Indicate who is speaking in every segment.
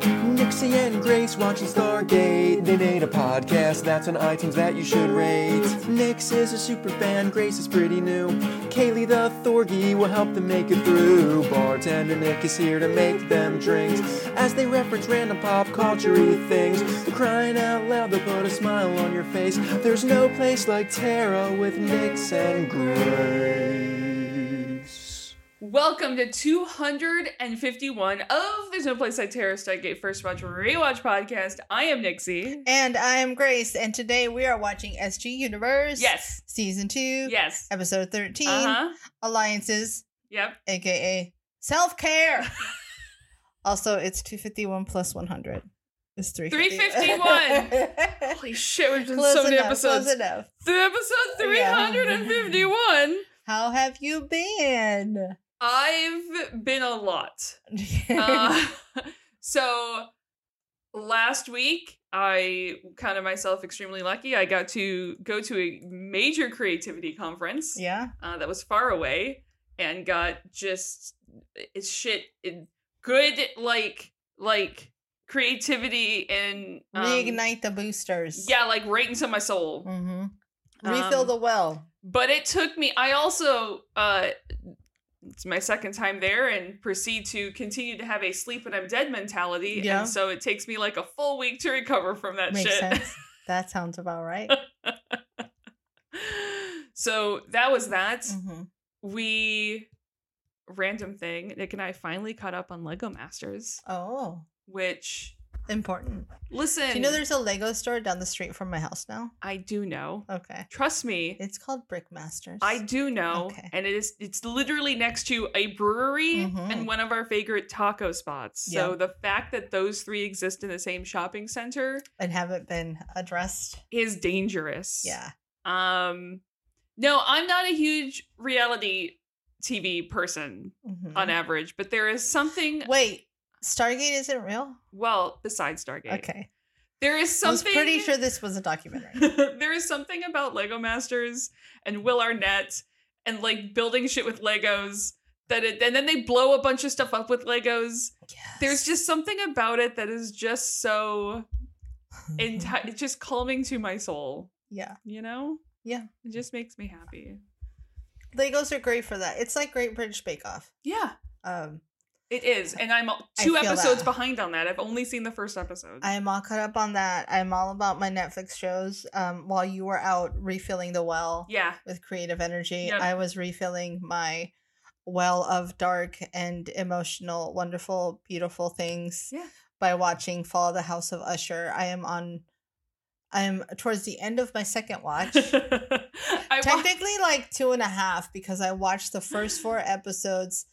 Speaker 1: Jesse and Grace watching Stargate. They made a podcast that's on iTunes that you should rate. Nix is a super fan, Grace is pretty new. Kaylee the Thorgy will help them make it through. Bartender Nick is here to make them drinks as they reference random pop culture things. Crying out loud, they'll put a smile on your face. There's no place like Tara with Nix and Grace.
Speaker 2: Welcome to 251 of There's No Place Like Terror Stargate First Watch Rewatch Podcast. I am Nixie.
Speaker 3: And I am Grace, and today we are watching SG Universe.
Speaker 2: Yes.
Speaker 3: Season 2,
Speaker 2: Yes.
Speaker 3: Episode 13
Speaker 2: Uh huh.
Speaker 3: Alliances,
Speaker 2: Yep.
Speaker 3: aka Self Care. also, it's 251 plus 100. It's 351. 351.
Speaker 2: Holy shit, we've done
Speaker 3: close
Speaker 2: so
Speaker 3: enough.
Speaker 2: many
Speaker 3: Close
Speaker 2: episodes.
Speaker 3: enough.
Speaker 2: Through episode 351,
Speaker 3: How have you been?
Speaker 2: I've been a lot. Uh, so last week, I counted myself extremely lucky. I got to go to a major creativity conference.
Speaker 3: yeah.
Speaker 2: uh, that was far away and got just it's shit it, good like like creativity and um,
Speaker 3: Reignite the boosters.
Speaker 2: yeah like right into my soul
Speaker 3: hmm Refill
Speaker 2: Um,
Speaker 3: the well.
Speaker 2: but it took me i also uh it's my second time there and proceed to continue to have a sleep and i'm dead mentality
Speaker 3: Yeah.
Speaker 2: and so it takes me like a full week to recover from that
Speaker 3: Makes
Speaker 2: shit
Speaker 3: sense. That sounds about right.
Speaker 2: so that was that
Speaker 3: hmm
Speaker 2: we random thing nick and i finally caught up on lego masters
Speaker 3: Oh,
Speaker 2: which
Speaker 3: important.
Speaker 2: listen
Speaker 3: Do you know there's a Lego store down the street from my house now?
Speaker 2: i do know
Speaker 3: Okay.
Speaker 2: trust me
Speaker 3: It's called Brickmasters.
Speaker 2: i do know
Speaker 3: Okay.
Speaker 2: and it is it's literally next to a brewery
Speaker 3: Mhm.
Speaker 2: and one of our favorite taco spots so
Speaker 3: Yeah.
Speaker 2: the fact that those three exist in the same shopping center
Speaker 3: and haven't been addressed.
Speaker 2: is dangerous
Speaker 3: Yeah.
Speaker 2: um no i'm not a huge reality tv person
Speaker 3: Mhm.
Speaker 2: on average but there is something
Speaker 3: Wait, Stargate isn't real?
Speaker 2: well besides stargate
Speaker 3: Okay.
Speaker 2: There is
Speaker 3: I was
Speaker 2: something.
Speaker 3: pretty sure this was a documentary.
Speaker 2: there is something about Lego Masters and Will Arnett and like building shit with Legos that it, and then they blow a bunch of stuff up with Legos.
Speaker 3: Yes.
Speaker 2: There's just something about it that is just so
Speaker 3: Mm-hmm.
Speaker 2: enti- it's just calming to my soul.
Speaker 3: yeah.
Speaker 2: You know?
Speaker 3: Yeah.
Speaker 2: It just makes me happy.
Speaker 3: Legos are great for that. It's like Great British Bake Off.
Speaker 2: Yeah,
Speaker 3: Um,
Speaker 2: it is, and I'm two
Speaker 3: feel
Speaker 2: episodes
Speaker 3: that.
Speaker 2: behind on that. I've only seen the first episode.
Speaker 3: I am all caught up on that. I'm all about my Netflix shows. Um, while you were out refilling the well
Speaker 2: yeah,
Speaker 3: with creative energy,
Speaker 2: Yep.
Speaker 3: I was refilling my well of dark and emotional, wonderful, beautiful things
Speaker 2: Yeah.
Speaker 3: by watching Fall of the House of Usher. I am on. I'm towards the end of my second watch.
Speaker 2: I wa-
Speaker 3: technically like two and a half because I watched the first four episodes.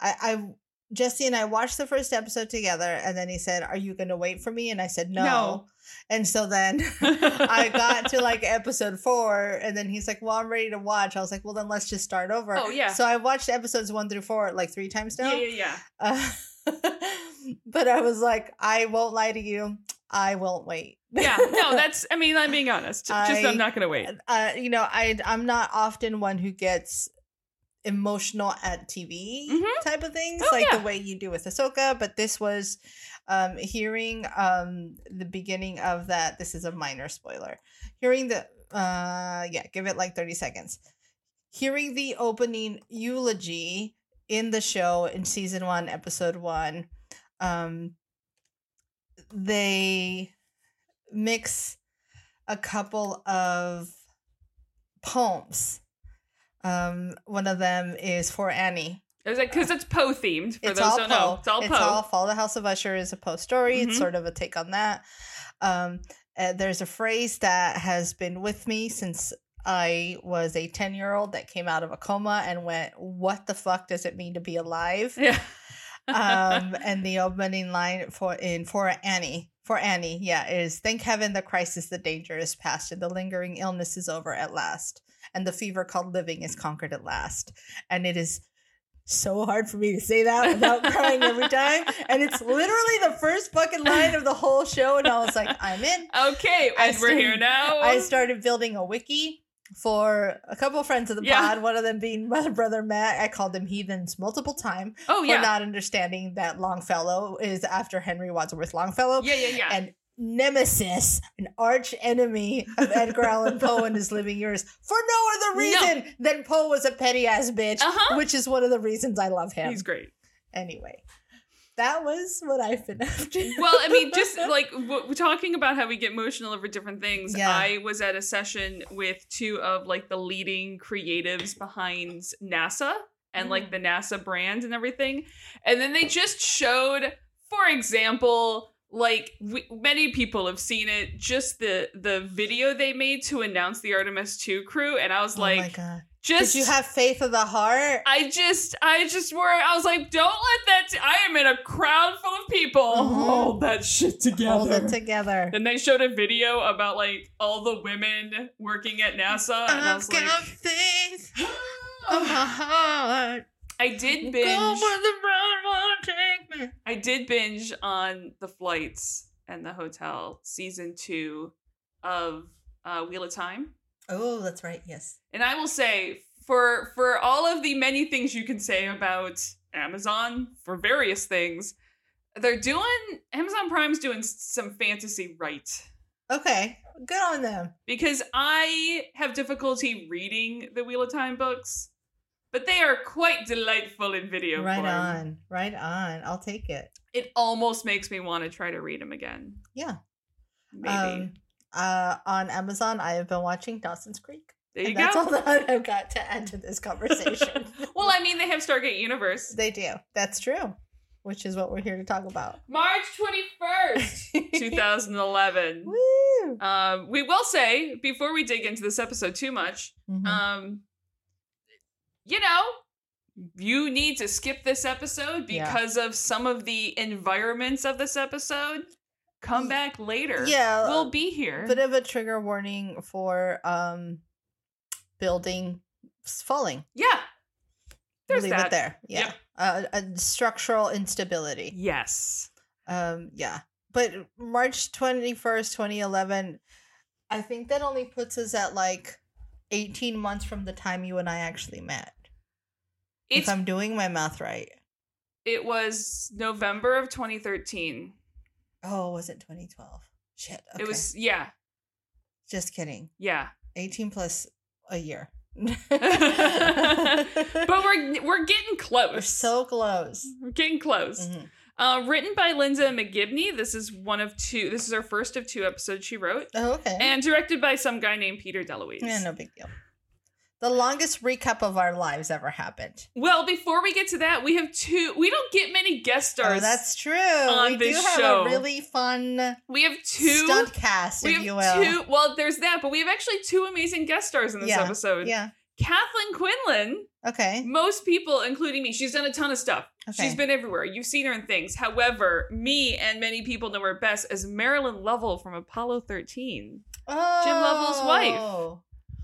Speaker 3: I, I Jesse and I watched the first episode together, and then he said, "Are you going to wait for me?" And I said, "No."
Speaker 2: No.
Speaker 3: And so then I got to like episode four, and then he's like, "Well, I'm ready to watch." I was like, "Well, then let's just start over."
Speaker 2: Oh, yeah.
Speaker 3: So I watched episodes one through four like three times now.
Speaker 2: yeah, yeah, yeah.
Speaker 3: Uh, but I was like, "I won't lie to you. I won't wait."
Speaker 2: yeah no that's i mean i'm being honest just
Speaker 3: I-
Speaker 2: i'm not gonna wait
Speaker 3: uh, you know, I I'm not often one who gets emotional at TV
Speaker 2: Mhm.
Speaker 3: type of things,
Speaker 2: Oh,
Speaker 3: like
Speaker 2: yeah.
Speaker 3: the way you do with Ahsoka. But this was um, hearing um, the beginning of that. This is a minor spoiler. Hearing the uh, yeah, give it like thirty seconds. Hearing the opening eulogy in the show in season one, episode one, um, they mix a couple of poems. Um, one of them is for Annie.
Speaker 2: i was like because it's poe themed for those
Speaker 3: It's all
Speaker 2: who don't know
Speaker 3: Poe.
Speaker 2: it's all poe
Speaker 3: Fall the House of Usher is a Poe story.
Speaker 2: Mhm.
Speaker 3: It's sort of a take on that. Um, uh, there's a phrase that has been with me since I was a 10 year old that came out of a coma and went, What the fuck does it mean to be alive?
Speaker 2: yeah
Speaker 3: um, and the opening line for in for Annie for Annie, yeah, is thank heaven the crisis, the danger is past, and the lingering illness is over at last, and the fever called living is conquered at last, and it is so hard for me to say that without crying every time, and it's literally the first fucking line of the whole show, and I was like, I'm in.
Speaker 2: okay
Speaker 3: I
Speaker 2: and we're here
Speaker 3: started-
Speaker 2: now
Speaker 3: I started building a wiki for a couple of friends of the
Speaker 2: Yeah.
Speaker 3: pod, one of them being my brother Matt. I called him heathens multiple times
Speaker 2: Oh
Speaker 3: for
Speaker 2: yeah.
Speaker 3: not understanding that Longfellow is after Henry Wadsworth Longfellow.
Speaker 2: yeah, yeah, yeah.
Speaker 3: And nemesis, an arch enemy of Edgar Allan Poe and his living years for no other
Speaker 2: No.
Speaker 3: reason than Poe was a petty ass bitch,
Speaker 2: Uh-huh.
Speaker 3: which is one of the reasons I love him.
Speaker 2: He's great.
Speaker 3: anyway, that was what I've been up to.
Speaker 2: Well, I mean, just like w- we're talking about how we get emotional over different things.
Speaker 3: Yeah.
Speaker 2: I was at a session with two of like the leading creatives behind NASA and like
Speaker 3: Mm.
Speaker 2: the NASA brand and everything. And then they just showed, for example, like we, many people have seen it, just the the video they made to announce the Artemis 2 crew and I was
Speaker 3: oh my
Speaker 2: like,
Speaker 3: god! Did
Speaker 2: just
Speaker 3: you have faith of the heart?
Speaker 2: I just, I just were, I was like, don't let that, t- I am in a crowd full of people.
Speaker 3: Mhm.
Speaker 2: Hold Mm-hmm. that shit together.
Speaker 3: Hold it together.
Speaker 2: then they showed a video about like all the women working at NASA. And I was like,
Speaker 3: faith of my heart.
Speaker 2: I did
Speaker 3: Go
Speaker 2: binge,
Speaker 3: where the road won't take me.
Speaker 2: I did binge on the flights and the hotel season two of uh, Wheel of Time.
Speaker 3: Oh, that's right. Yes.
Speaker 2: And I will say, for for all of the many things you can say about Amazon for various things, they're doing Amazon Prime's doing s- some fantasy right.
Speaker 3: Okay. Good on them.
Speaker 2: Because I have difficulty reading the Wheel of Time books, but they are quite delightful in video
Speaker 3: right
Speaker 2: form.
Speaker 3: on. Right on. I'll take it.
Speaker 2: It almost makes me want to try to read them again.
Speaker 3: Yeah.
Speaker 2: Maybe.
Speaker 3: Um, uh, on Amazon, I have been watching Dawson's Creek.
Speaker 2: there you
Speaker 3: and that's
Speaker 2: go.
Speaker 3: all that I've got to add to this conversation.
Speaker 2: well, I mean, they have Stargate Universe.
Speaker 3: they do. That's true, which is what we're here to talk about.
Speaker 2: March 21st, 2011.
Speaker 3: Woo!
Speaker 2: Um, we will say before we dig into this episode too much,
Speaker 3: Mhm.
Speaker 2: um, you know, you need to skip this episode
Speaker 3: Yeah.
Speaker 2: because of some of the environments of this episode. Come
Speaker 3: Y-
Speaker 2: back later.
Speaker 3: yeah, uh,
Speaker 2: we'll be here.
Speaker 3: Bit of a trigger warning for um, building s- falling.
Speaker 2: yeah, there's
Speaker 3: leave
Speaker 2: that.
Speaker 3: it there. Yeah.
Speaker 2: Yep.
Speaker 3: Uh, uh, structural instability.
Speaker 2: Yes.
Speaker 3: Um, yeah. But March 21st, 2011, I think that only puts us at like 18 months from the time you and I actually met.
Speaker 2: It's,
Speaker 3: if I'm doing my math right.
Speaker 2: it was November of 2013.
Speaker 3: Oh, was it 2012? Shit. Okay.
Speaker 2: It was, yeah,
Speaker 3: Just kidding.
Speaker 2: yeah.
Speaker 3: 18 plus a year.
Speaker 2: But
Speaker 3: but
Speaker 2: we're we're getting close.
Speaker 3: we're so close.
Speaker 2: We're getting close.
Speaker 3: Mhm.
Speaker 2: Uh, written by Linda McGibney. This is one of two. This is her first of two episodes she wrote,
Speaker 3: Oh, okay.
Speaker 2: and directed by some guy named Peter DeLuise.
Speaker 3: yeah, no big deal. The longest recap of our lives ever happened.
Speaker 2: Well, before we get to that, we have two. We don't get many guest stars.
Speaker 3: Oh, that's true.
Speaker 2: on
Speaker 3: we
Speaker 2: this
Speaker 3: do have
Speaker 2: show.
Speaker 3: a really fun
Speaker 2: we have two.
Speaker 3: stunt cast,
Speaker 2: we
Speaker 3: if
Speaker 2: have
Speaker 3: you will.
Speaker 2: two. Well, there's that, but we have actually two amazing guest stars in this
Speaker 3: Yeah,
Speaker 2: episode.
Speaker 3: Yeah.
Speaker 2: Kathleen Quinlan.
Speaker 3: Okay.
Speaker 2: Most people, including me, she's done a ton of stuff.
Speaker 3: Okay.
Speaker 2: She's been everywhere. You've seen her in things. However, me and many people know her best as Marilyn Lovell from Apollo 13.
Speaker 3: oh.
Speaker 2: Lovell's wife. I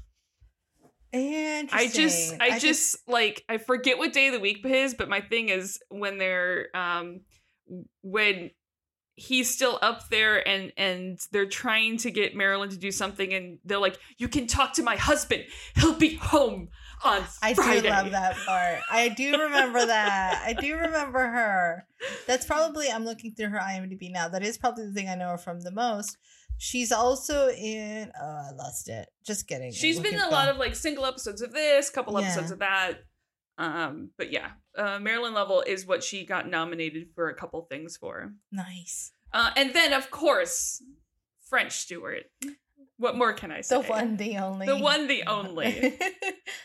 Speaker 3: Interesting.
Speaker 2: just, I, just, like, I forget what day of the week it is, but my thing is when they're, um, when he's still up there and and they're trying to get Marilyn to do something, and they're like, "You can talk to my husband. He'll be home on
Speaker 3: I
Speaker 2: Friday."
Speaker 3: do love that part. I do remember that. I do remember her. That's probably I'm looking through her IMDb now. That is probably the thing I know her from the most. She's also in. Oh, I lost it. Just kidding.
Speaker 2: She's been in a lot of like single episodes of this, couple
Speaker 3: Yeah.
Speaker 2: episodes of that. Um, but yeah, uh, Marilyn Lovell is what she got nominated for a couple things for.
Speaker 3: nice.
Speaker 2: Uh, and then, of course, French Stewart. What more can I say?
Speaker 3: The one, the only.
Speaker 2: the one, the only.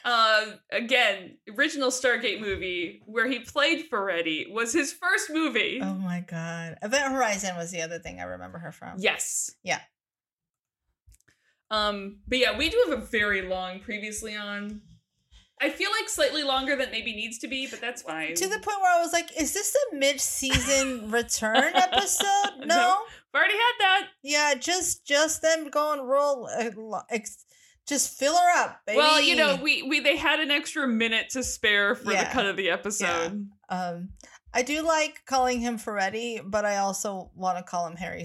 Speaker 2: uh, again, original Stargate movie where he played Ferretti was his first movie.
Speaker 3: Oh my god. Event Horizon was the other thing I remember her from.
Speaker 2: Yes.
Speaker 3: Yeah.
Speaker 2: Um, but yeah, we do have a very long previously on. I feel like slightly longer than maybe needs to be, but that's fine.
Speaker 3: To the point where I was like, is this a mid-season return episode? No.
Speaker 2: No. We've already had that.
Speaker 3: Yeah, just just them going roll uh, lo- ex- just fill her up, baby.
Speaker 2: Well, you know, we we they had an extra minute to spare for the
Speaker 3: Yeah.
Speaker 2: cut of the episode.
Speaker 3: um I do like calling him Ferretti, but I also want to call him Harry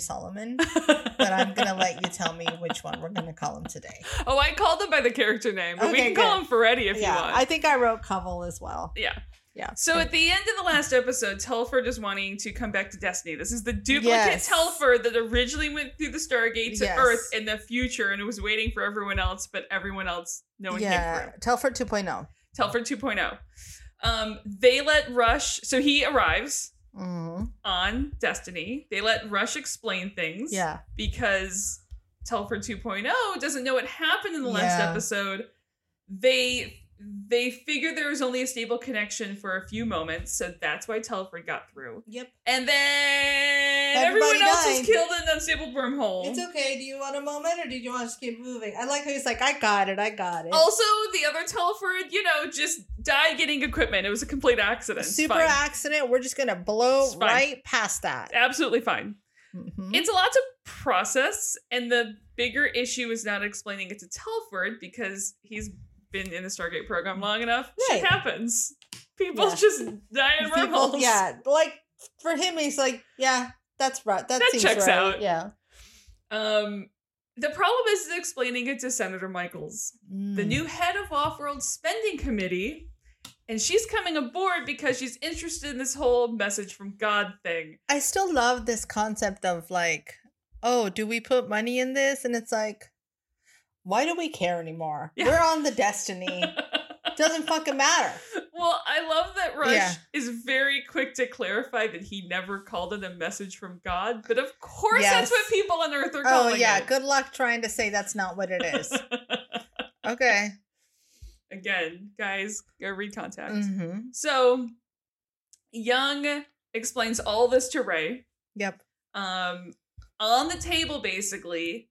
Speaker 3: Solomon. but I'm gonna let you tell me which one we're gonna call him today.
Speaker 2: Oh, I called him by the character name, but we can
Speaker 3: Okay,
Speaker 2: call him Ferretti if
Speaker 3: yeah,
Speaker 2: you want.
Speaker 3: I think I wrote Covel as well.
Speaker 2: yeah.
Speaker 3: Yeah.
Speaker 2: So at the end of the last episode, Telford is wanting to come back to Destiny. This is the duplicate
Speaker 3: Yes.
Speaker 2: Telford that originally went through the Stargate to
Speaker 3: Yes.
Speaker 2: Earth in the future and was waiting for everyone else, but everyone else, no one came through.
Speaker 3: yeah, Telford oh. 2.0.
Speaker 2: Telford 2.0. oh. Um, they let Rush, so he arrives
Speaker 3: Mm-hmm.
Speaker 2: on Destiny. They let Rush explain things
Speaker 3: Yeah,
Speaker 2: because Telford 2.0 doesn't know what happened in the last
Speaker 3: Yeah.
Speaker 2: episode. They they figure there was only a stable connection for a few moments, so that's why Telford got through.
Speaker 3: Yep.
Speaker 2: And then
Speaker 3: Everybody
Speaker 2: everyone else
Speaker 3: died.
Speaker 2: was killed in an unstable wormhole.
Speaker 3: it's okay. Do you want a moment or do you want to just keep moving? I like how he's like, I got it, I got it.
Speaker 2: also, the other Telford, you know, just died getting equipment. It was a complete accident. It's
Speaker 3: super
Speaker 2: fine.
Speaker 3: accident. We're just gonna blow
Speaker 2: It's fine.
Speaker 3: right past that.
Speaker 2: Absolutely fine.
Speaker 3: Mhm.
Speaker 2: It's a lot to process, and the bigger issue is not explaining it to Telford because he's been in the Stargate program long enough. Shit
Speaker 3: Right.
Speaker 2: happens. People
Speaker 3: Yeah.
Speaker 2: just die in
Speaker 3: People-
Speaker 2: wormholes.
Speaker 3: yeah, like for him, he's like, yeah, that's right. That,
Speaker 2: That
Speaker 3: seems
Speaker 2: checks
Speaker 3: right.
Speaker 2: out.
Speaker 3: Yeah.
Speaker 2: Um, the problem is explaining it to Senator Michaels,
Speaker 3: Mm.
Speaker 2: the new head of Offworld Spending Committee, and she's coming aboard because she's interested in this whole message from God thing.
Speaker 3: I still love this concept of like, oh, do we put money in this? And it's like, why do we care anymore?
Speaker 2: Yeah.
Speaker 3: We're on the destiny. Doesn't fucking matter.
Speaker 2: Well, I love that Rush
Speaker 3: Yeah.
Speaker 2: is very quick to clarify that he never called it a message from God, but of course that's
Speaker 3: Yes.
Speaker 2: what people on Earth are
Speaker 3: Oh
Speaker 2: calling
Speaker 3: yeah,
Speaker 2: it.
Speaker 3: good luck trying to say that's not what it is. okay.
Speaker 2: Again, guys, go read contact.
Speaker 3: hmm
Speaker 2: So Young explains all this to Ray.
Speaker 3: Yep.
Speaker 2: Um, on the table, basically,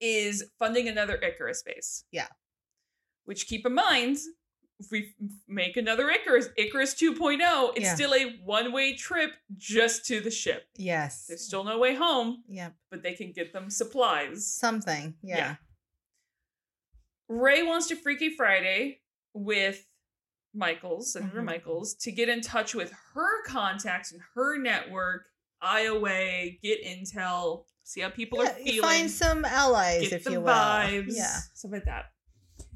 Speaker 2: is funding another Icarus base.
Speaker 3: Yeah.
Speaker 2: Which keep in mind, if we f- make another Icarus, Icarus 2.0, it's
Speaker 3: Yeah.
Speaker 2: still a one-way trip just to the ship.
Speaker 3: Yes.
Speaker 2: There's still no way home,
Speaker 3: Yep.
Speaker 2: but they can get them supplies.
Speaker 3: Something. Yeah.
Speaker 2: Yeah. Ray wants to Freaky Friday with Michaels, Senator
Speaker 3: Mhm.
Speaker 2: Michaels, to get in touch with her contacts and her network, IOA, get intel, see how people
Speaker 3: Yeah,
Speaker 2: are
Speaker 3: you
Speaker 2: feeling,
Speaker 3: find some allies,
Speaker 2: get
Speaker 3: if
Speaker 2: the
Speaker 3: you will.
Speaker 2: vibes,
Speaker 3: Yeah.
Speaker 2: stuff like that.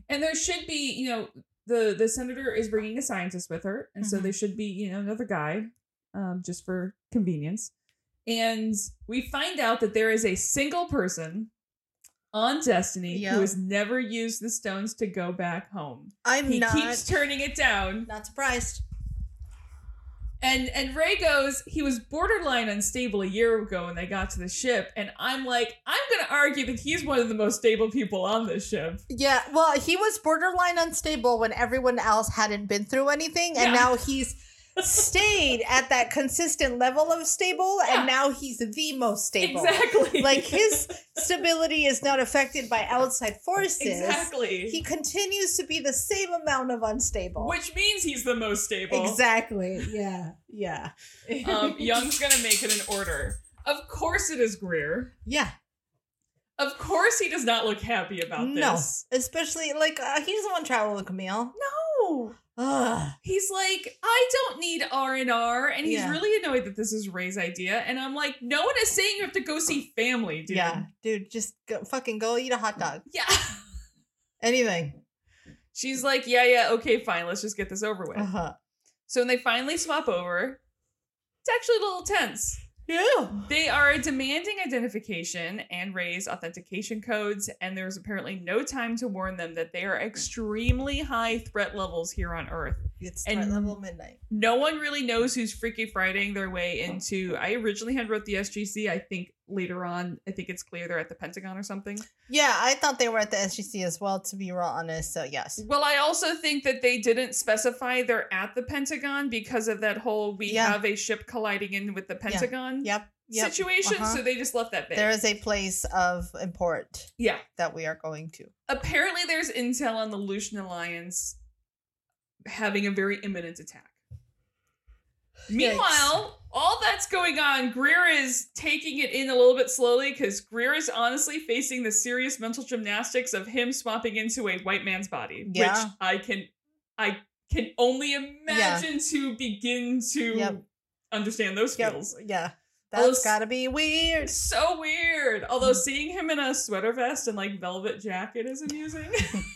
Speaker 2: And there should be, you know, the the senator is bringing a scientist with her, and so
Speaker 3: Mhm.
Speaker 2: there should be, you know, another guy, um, just for convenience. And we find out that there is a single person on Destiny
Speaker 3: Yeah.
Speaker 2: who has never used the stones to go back home.
Speaker 3: I'm
Speaker 2: He
Speaker 3: not
Speaker 2: keeps turning it down,
Speaker 3: not surprised.
Speaker 2: and and Ray goes, he was borderline unstable a year ago when they got to the ship, and I'm like, I'm gonna argue that he's one of the most stable people on this ship.
Speaker 3: Yeah, well, he was borderline unstable when everyone else hadn't been through anything, and
Speaker 2: Yeah.
Speaker 3: now he's stayed at that consistent level of stable,
Speaker 2: Yeah.
Speaker 3: and now he's the most stable.
Speaker 2: Exactly.
Speaker 3: Like his stability is not affected by outside forces.
Speaker 2: exactly.
Speaker 3: He continues to be the same amount of unstable.
Speaker 2: Which means he's the most stable.
Speaker 3: exactly. Yeah. Yeah.
Speaker 2: Um, Young's gonna make it an order. Of course it is Greer.
Speaker 3: yeah.
Speaker 2: Of course he does not look happy about
Speaker 3: No.
Speaker 2: this.
Speaker 3: Especially like uh, he doesn't want to travel with Camille.
Speaker 2: No.
Speaker 3: Ugh.
Speaker 2: He's like, I don't need R and R, and he's
Speaker 3: Yeah.
Speaker 2: really annoyed that this is Ray's idea. And I'm like, no one is saying you have to go see family, dude.
Speaker 3: Yeah, dude, just go, fucking go eat a hot dog.
Speaker 2: Yeah.
Speaker 3: Anything.
Speaker 2: She's like, yeah, yeah, okay, fine, let's just get this over with.
Speaker 3: Uh huh.
Speaker 2: So when they finally swap over, it's actually a little tense.
Speaker 3: Yeah.
Speaker 2: They are demanding identification and raise authentication codes, and there's apparently no time to warn them that they are extremely high threat levels here on Earth.
Speaker 3: It's
Speaker 2: And-
Speaker 3: start level midnight.
Speaker 2: No one really knows who's freaky Fridaying their way into. I originally had wrote the SGC. I think later on, I think it's clear they're at the Pentagon or something.
Speaker 3: Yeah, I thought they were at the SGC as well, to be real honest. So yes.
Speaker 2: Well, I also think that they didn't specify they're at the Pentagon because of that whole we
Speaker 3: Yeah.
Speaker 2: have a ship colliding in with the Pentagon
Speaker 3: Yep. Yep.
Speaker 2: situation.
Speaker 3: Uh-huh.
Speaker 2: So they just left that bit.
Speaker 3: There is a place of import
Speaker 2: yeah.
Speaker 3: that we are going to.
Speaker 2: apparently there's intel on the Lucian Alliance having a very imminent attack. Meanwhile, all that's going on, Greer is taking it in a little bit slowly because Greer is honestly facing the serious mental gymnastics of him swapping into a white man's body,
Speaker 3: Yeah.
Speaker 2: which I can, I can only imagine to begin to
Speaker 3: Yep.
Speaker 2: understand those
Speaker 3: Yep,
Speaker 2: feels.
Speaker 3: yeah.
Speaker 2: Well,
Speaker 3: That's
Speaker 2: it's-
Speaker 3: gotta be weird.
Speaker 2: It's so weird. Although
Speaker 3: Mm.
Speaker 2: seeing him in a sweater vest and like velvet jacket is amusing.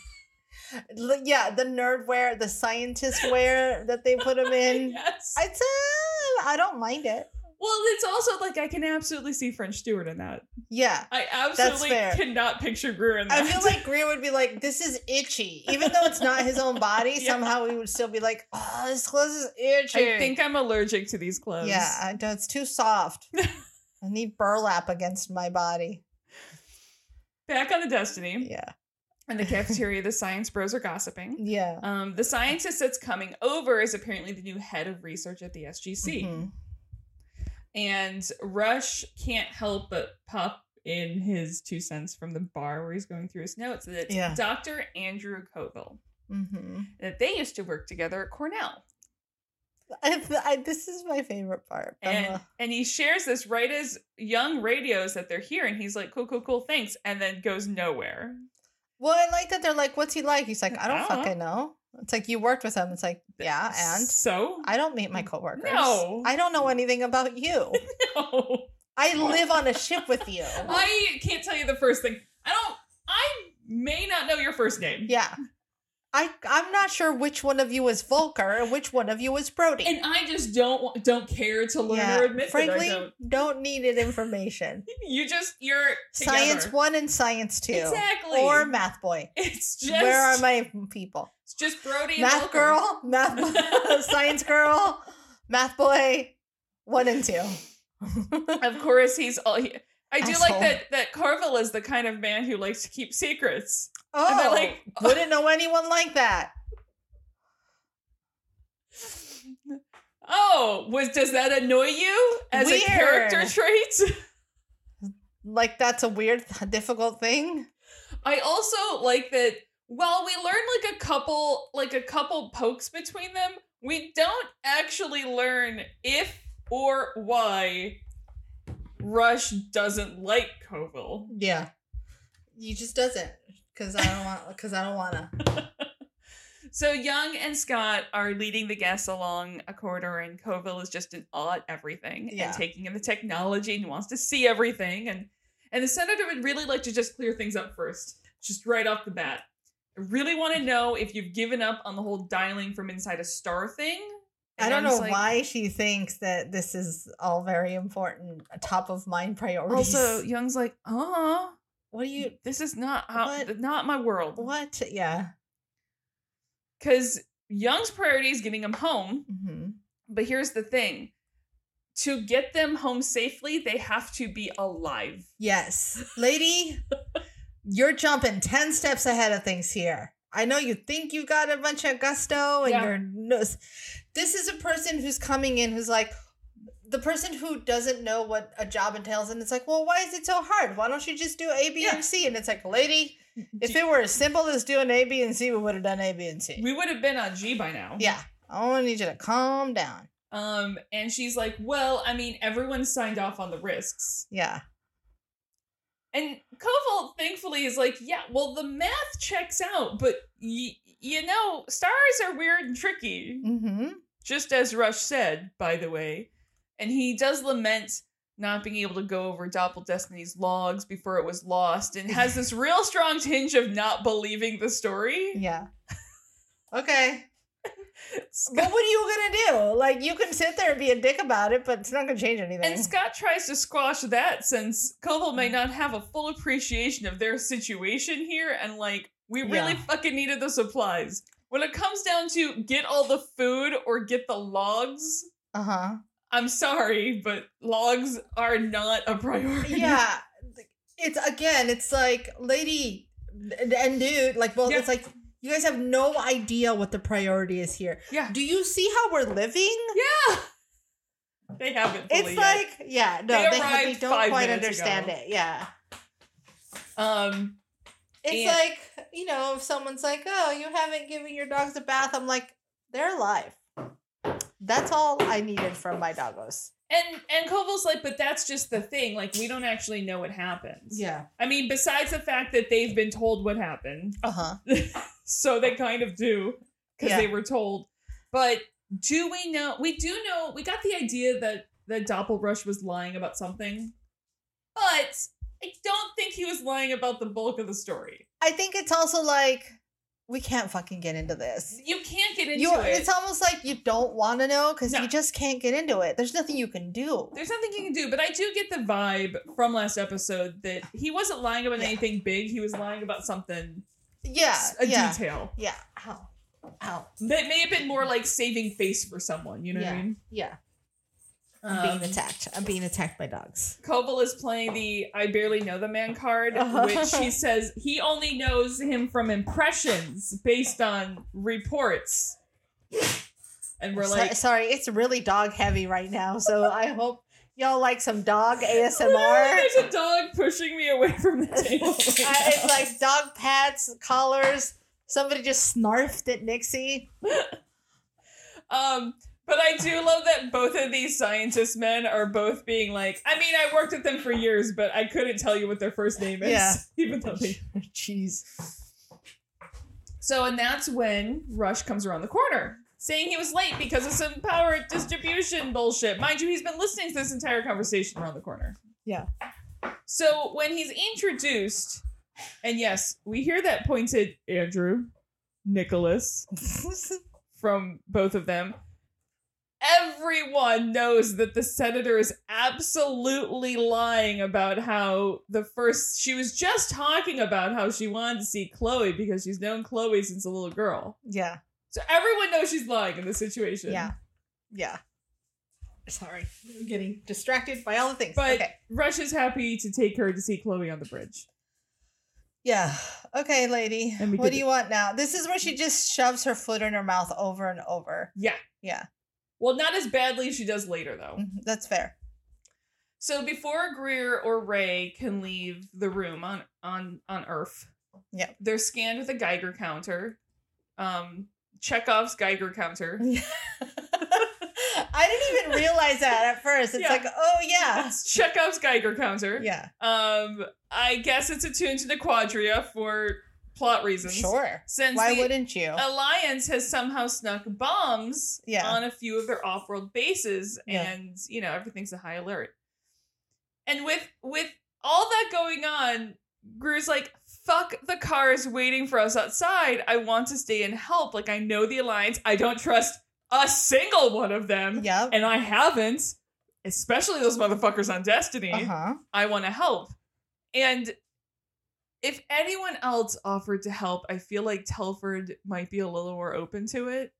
Speaker 3: L- Yeah, the nerd wear, the scientist wear that they put him in.
Speaker 2: yes.
Speaker 3: It's uh, I don't mind it.
Speaker 2: well, it's also like I can absolutely see French Stewart in that.
Speaker 3: Yeah.
Speaker 2: I absolutely
Speaker 3: fair.
Speaker 2: cannot picture Greer in that.
Speaker 3: I feel like Greer would be like, this is itchy. Even though it's not his own body,
Speaker 2: Yeah.
Speaker 3: somehow he would still be like, oh, this clothes is itchy.
Speaker 2: I think I'm allergic to these clothes.
Speaker 3: Yeah, I don't, it's too soft. I need burlap against my body.
Speaker 2: Back on the Destiny.
Speaker 3: Yeah.
Speaker 2: In the cafeteria, the science bros are gossiping.
Speaker 3: Yeah.
Speaker 2: Um, the scientist that's coming over is apparently the new head of research at the SGC.
Speaker 3: Mhm.
Speaker 2: And Rush can't help but pop in his two cents from the bar where he's going through his notes that it's
Speaker 3: Yeah.
Speaker 2: Dr. Andrew Koval,
Speaker 3: Mhm.
Speaker 2: that they used to work together at Cornell.
Speaker 3: I, I, this is my favorite part. Uh-huh.
Speaker 2: And,
Speaker 3: Bella.
Speaker 2: and he shares this right as young radios that they're here, and he's like, cool, cool, cool, thanks, and then goes nowhere.
Speaker 3: well, I like that they're like, what's he like? He's like, I don't
Speaker 2: I don't know."
Speaker 3: fucking know. It's like, you worked with him. It's like, yeah, and?
Speaker 2: So?
Speaker 3: I don't meet my coworkers.
Speaker 2: No.
Speaker 3: I don't know anything about you.
Speaker 2: No.
Speaker 3: I live on a ship with you.
Speaker 2: I can't tell you the first thing. I don't. I may not know your first name.
Speaker 3: Yeah. I I'm not sure which one of you is Volker and which one of you is Brody.
Speaker 2: And I just don't wa- don't care to learn
Speaker 3: Yeah,
Speaker 2: or admit
Speaker 3: Frankly,
Speaker 2: that I don't.
Speaker 3: needed information.
Speaker 2: You just you're together.
Speaker 3: Science one and science two.
Speaker 2: Exactly.
Speaker 3: Or math boy.
Speaker 2: It's just
Speaker 3: Where are my people?
Speaker 2: It's just Brody. and
Speaker 3: Math
Speaker 2: Wilker.
Speaker 3: girl, math bo- science girl, math boy, one and two.
Speaker 2: Of course, he's all. He, I do
Speaker 3: Asshole.
Speaker 2: like that. That Carville is the kind of man who likes to keep secrets. And
Speaker 3: Oh,
Speaker 2: they're like-
Speaker 3: wouldn't know anyone like that.
Speaker 2: Oh, was does that annoy you as
Speaker 3: Weird.
Speaker 2: a character trait?
Speaker 3: Like that's a weird, difficult thing.
Speaker 2: I also like that while we learn like a couple like a couple pokes between them, we don't actually learn if or why Rush doesn't like Koval.
Speaker 3: Yeah, you just doesn't because I don't want because I don't wanna.
Speaker 2: So Young and Scott are leading the guests along a corridor and Koval is just in awe at everything
Speaker 3: Yeah.
Speaker 2: and taking in the technology and wants to see everything and and the senator would really like to just clear things up first, just right off the bat. I really want to know if you've given up on the whole dialing from inside a star thing.
Speaker 3: I
Speaker 2: And
Speaker 3: don't
Speaker 2: I'm
Speaker 3: know
Speaker 2: just like-
Speaker 3: why she thinks that this is all very important, uh, top of mind priorities.
Speaker 2: Also, Young's like, uh
Speaker 3: what do you?
Speaker 2: this is not how,
Speaker 3: What?
Speaker 2: not my world.
Speaker 3: What? Yeah.
Speaker 2: Because Young's priority is getting him home.
Speaker 3: hmm
Speaker 2: But here's the thing: to get them home safely, they have to be alive.
Speaker 3: Yes, lady, you're jumping ten steps ahead of things here. I know you think you got a bunch of gusto, and
Speaker 2: Yeah.
Speaker 3: you're no. This is a person who's coming in who's like the person who doesn't know what a job entails, and it's like, well, why is it so hard? Why don't you just do A, B,
Speaker 2: Yeah. Mm,
Speaker 3: and C? And it's like, lady, if
Speaker 2: Do-
Speaker 3: it were as simple as doing A, B, and C, we would have done A, B, and C.
Speaker 2: We would have been on G by now.
Speaker 3: Yeah. I want need you to calm down.
Speaker 2: Um, and she's like, "Well, I mean, everyone signed off on the risks."
Speaker 3: Yeah.
Speaker 2: And Koval, thankfully, is like, yeah, well, the math checks out, but y- you know, stars are weird and tricky,
Speaker 3: Mm-hmm.
Speaker 2: just as Rush said, by the way. And he does lament not being able to go over Doppel Destiny's logs before it was lost, and has this real strong tinge of not believing the story.
Speaker 3: Yeah. Okay.
Speaker 2: Scott-
Speaker 3: But what are you gonna do? Like you can sit there and be a dick about it, but it's not gonna change anything.
Speaker 2: and Scott tries to squash that since Koval may not have a full appreciation of their situation here and like we really
Speaker 3: Yeah.
Speaker 2: fucking needed the supplies. When it comes down to get all the food or get the logs,
Speaker 3: uh-huh.
Speaker 2: I'm sorry, but logs are not a priority.
Speaker 3: Yeah. It's again, it's like, lady and- and dude, like well,
Speaker 2: Yeah.
Speaker 3: it's like you guys have no idea what the priority is here.
Speaker 2: Yeah.
Speaker 3: Do you see how we're living?
Speaker 2: They haven't fully
Speaker 3: It's
Speaker 2: yet.
Speaker 3: like, yeah, no,
Speaker 2: They
Speaker 3: they, have- they
Speaker 2: arrived
Speaker 3: don't
Speaker 2: five
Speaker 3: quite
Speaker 2: minutes
Speaker 3: understand
Speaker 2: ago.
Speaker 3: it. Yeah.
Speaker 2: um
Speaker 3: It's
Speaker 2: And-
Speaker 3: like, you know, if someone's like, oh, you haven't given your dogs a bath, I'm like, they're alive. That's all I needed from my doggos.
Speaker 2: and and Koval's like, but that's just the thing. Like we don't actually know what happens.
Speaker 3: Yeah.
Speaker 2: I mean, besides the fact that they've been told what happened.
Speaker 3: Uh huh.
Speaker 2: so they kind of do because
Speaker 3: Yeah.
Speaker 2: they were told. But do we know? We do know. We got the idea that that Doppelbrush was lying about something, but I don't think he was lying about the bulk of the story.
Speaker 3: I think it's also like we can't fucking get into this.
Speaker 2: You can't get into
Speaker 3: You,
Speaker 2: it.
Speaker 3: it's almost like you don't want to know because
Speaker 2: No.
Speaker 3: you just can't get into it. There's nothing you can do.
Speaker 2: There's nothing you can do, but I do get the vibe from last episode that he wasn't lying about
Speaker 3: Yeah.
Speaker 2: anything big. He was lying about something,
Speaker 3: Yeah,
Speaker 2: a
Speaker 3: yeah,
Speaker 2: detail
Speaker 3: yeah. Ow, ow.
Speaker 2: that may have been more like saving face for someone. You know
Speaker 3: yeah,
Speaker 2: what I mean?
Speaker 3: yeah. I'm
Speaker 2: Um,
Speaker 3: being attacked. I'm being attacked by dogs.
Speaker 2: Koval is playing the I barely know the man card,
Speaker 3: Uh-huh.
Speaker 2: which he says he only knows him from impressions based on reports. And we're
Speaker 3: So-
Speaker 2: like,
Speaker 3: sorry, it's really dog heavy right now. So I hope y'all like some dog
Speaker 2: "Oh,
Speaker 3: ASMR.
Speaker 2: "Literally, there's a dog pushing me away from the table.
Speaker 3: Uh,
Speaker 2: right
Speaker 3: it's
Speaker 2: now."
Speaker 3: like dog pads, collars. Somebody just snarfed at Nixie.
Speaker 2: um, but I do love that both of these scientist men are both being like, I mean, I worked with them for years, but I couldn't tell you what their first name is,
Speaker 3: Yeah.
Speaker 2: even though they
Speaker 3: Jeez.
Speaker 2: So, and that's when Rush comes around the corner saying he was late because of some power distribution bullshit. Mind you, he's been listening to this entire conversation around the corner.
Speaker 3: Yeah.
Speaker 2: So, when he's introduced, and yes, we hear that pointed Andrew, Nicholas from both of them. Everyone knows that the senator is absolutely lying about how the first she was just talking about how she wanted to see Chloe because she's known Chloe since a little girl.
Speaker 3: yeah,
Speaker 2: So everyone knows she's lying in this situation.
Speaker 3: yeah, yeah. Sorry, I'm getting distracted by all the things.
Speaker 2: But
Speaker 3: okay.
Speaker 2: Rush is happy to take her to see Chloe on the bridge.
Speaker 3: yeah, okay, lady.
Speaker 2: And we
Speaker 3: What
Speaker 2: did
Speaker 3: do you want now? This is where she just shoves her foot in her mouth over and over.
Speaker 2: Yeah.
Speaker 3: Yeah,
Speaker 2: Well, not as badly as she does later though.
Speaker 3: mhm, that's fair.
Speaker 2: So before Greer or Ray can leave the room on on on Earth,
Speaker 3: Yep.
Speaker 2: they're scanned with a Geiger counter, um, Chekhov's Geiger counter.
Speaker 3: I didn't even realize that at first. It's
Speaker 2: Yeah.
Speaker 3: like, oh yeah,
Speaker 2: It's Chekhov's Geiger counter.
Speaker 3: yeah,
Speaker 2: Um, I guess it's attuned to the Quadria for plot reasons. um,
Speaker 3: sure.
Speaker 2: Since
Speaker 3: Why
Speaker 2: the
Speaker 3: wouldn't you?
Speaker 2: Alliance has somehow snuck bombs
Speaker 3: Oh. Yeah.
Speaker 2: on a few of their off-world bases,
Speaker 3: Yeah.
Speaker 2: and you know everything's a high alert. And with with all that going on, Greer's like, "Fuck the cars waiting for us outside. I want to stay and help. Like I know the Alliance. I don't trust a single one of them,
Speaker 3: Yep.
Speaker 2: and I haven't, especially those motherfuckers on Destiny.
Speaker 3: Uh huh.
Speaker 2: I want to help. And if anyone else offered to help, I feel like Telford might be a little more open to it.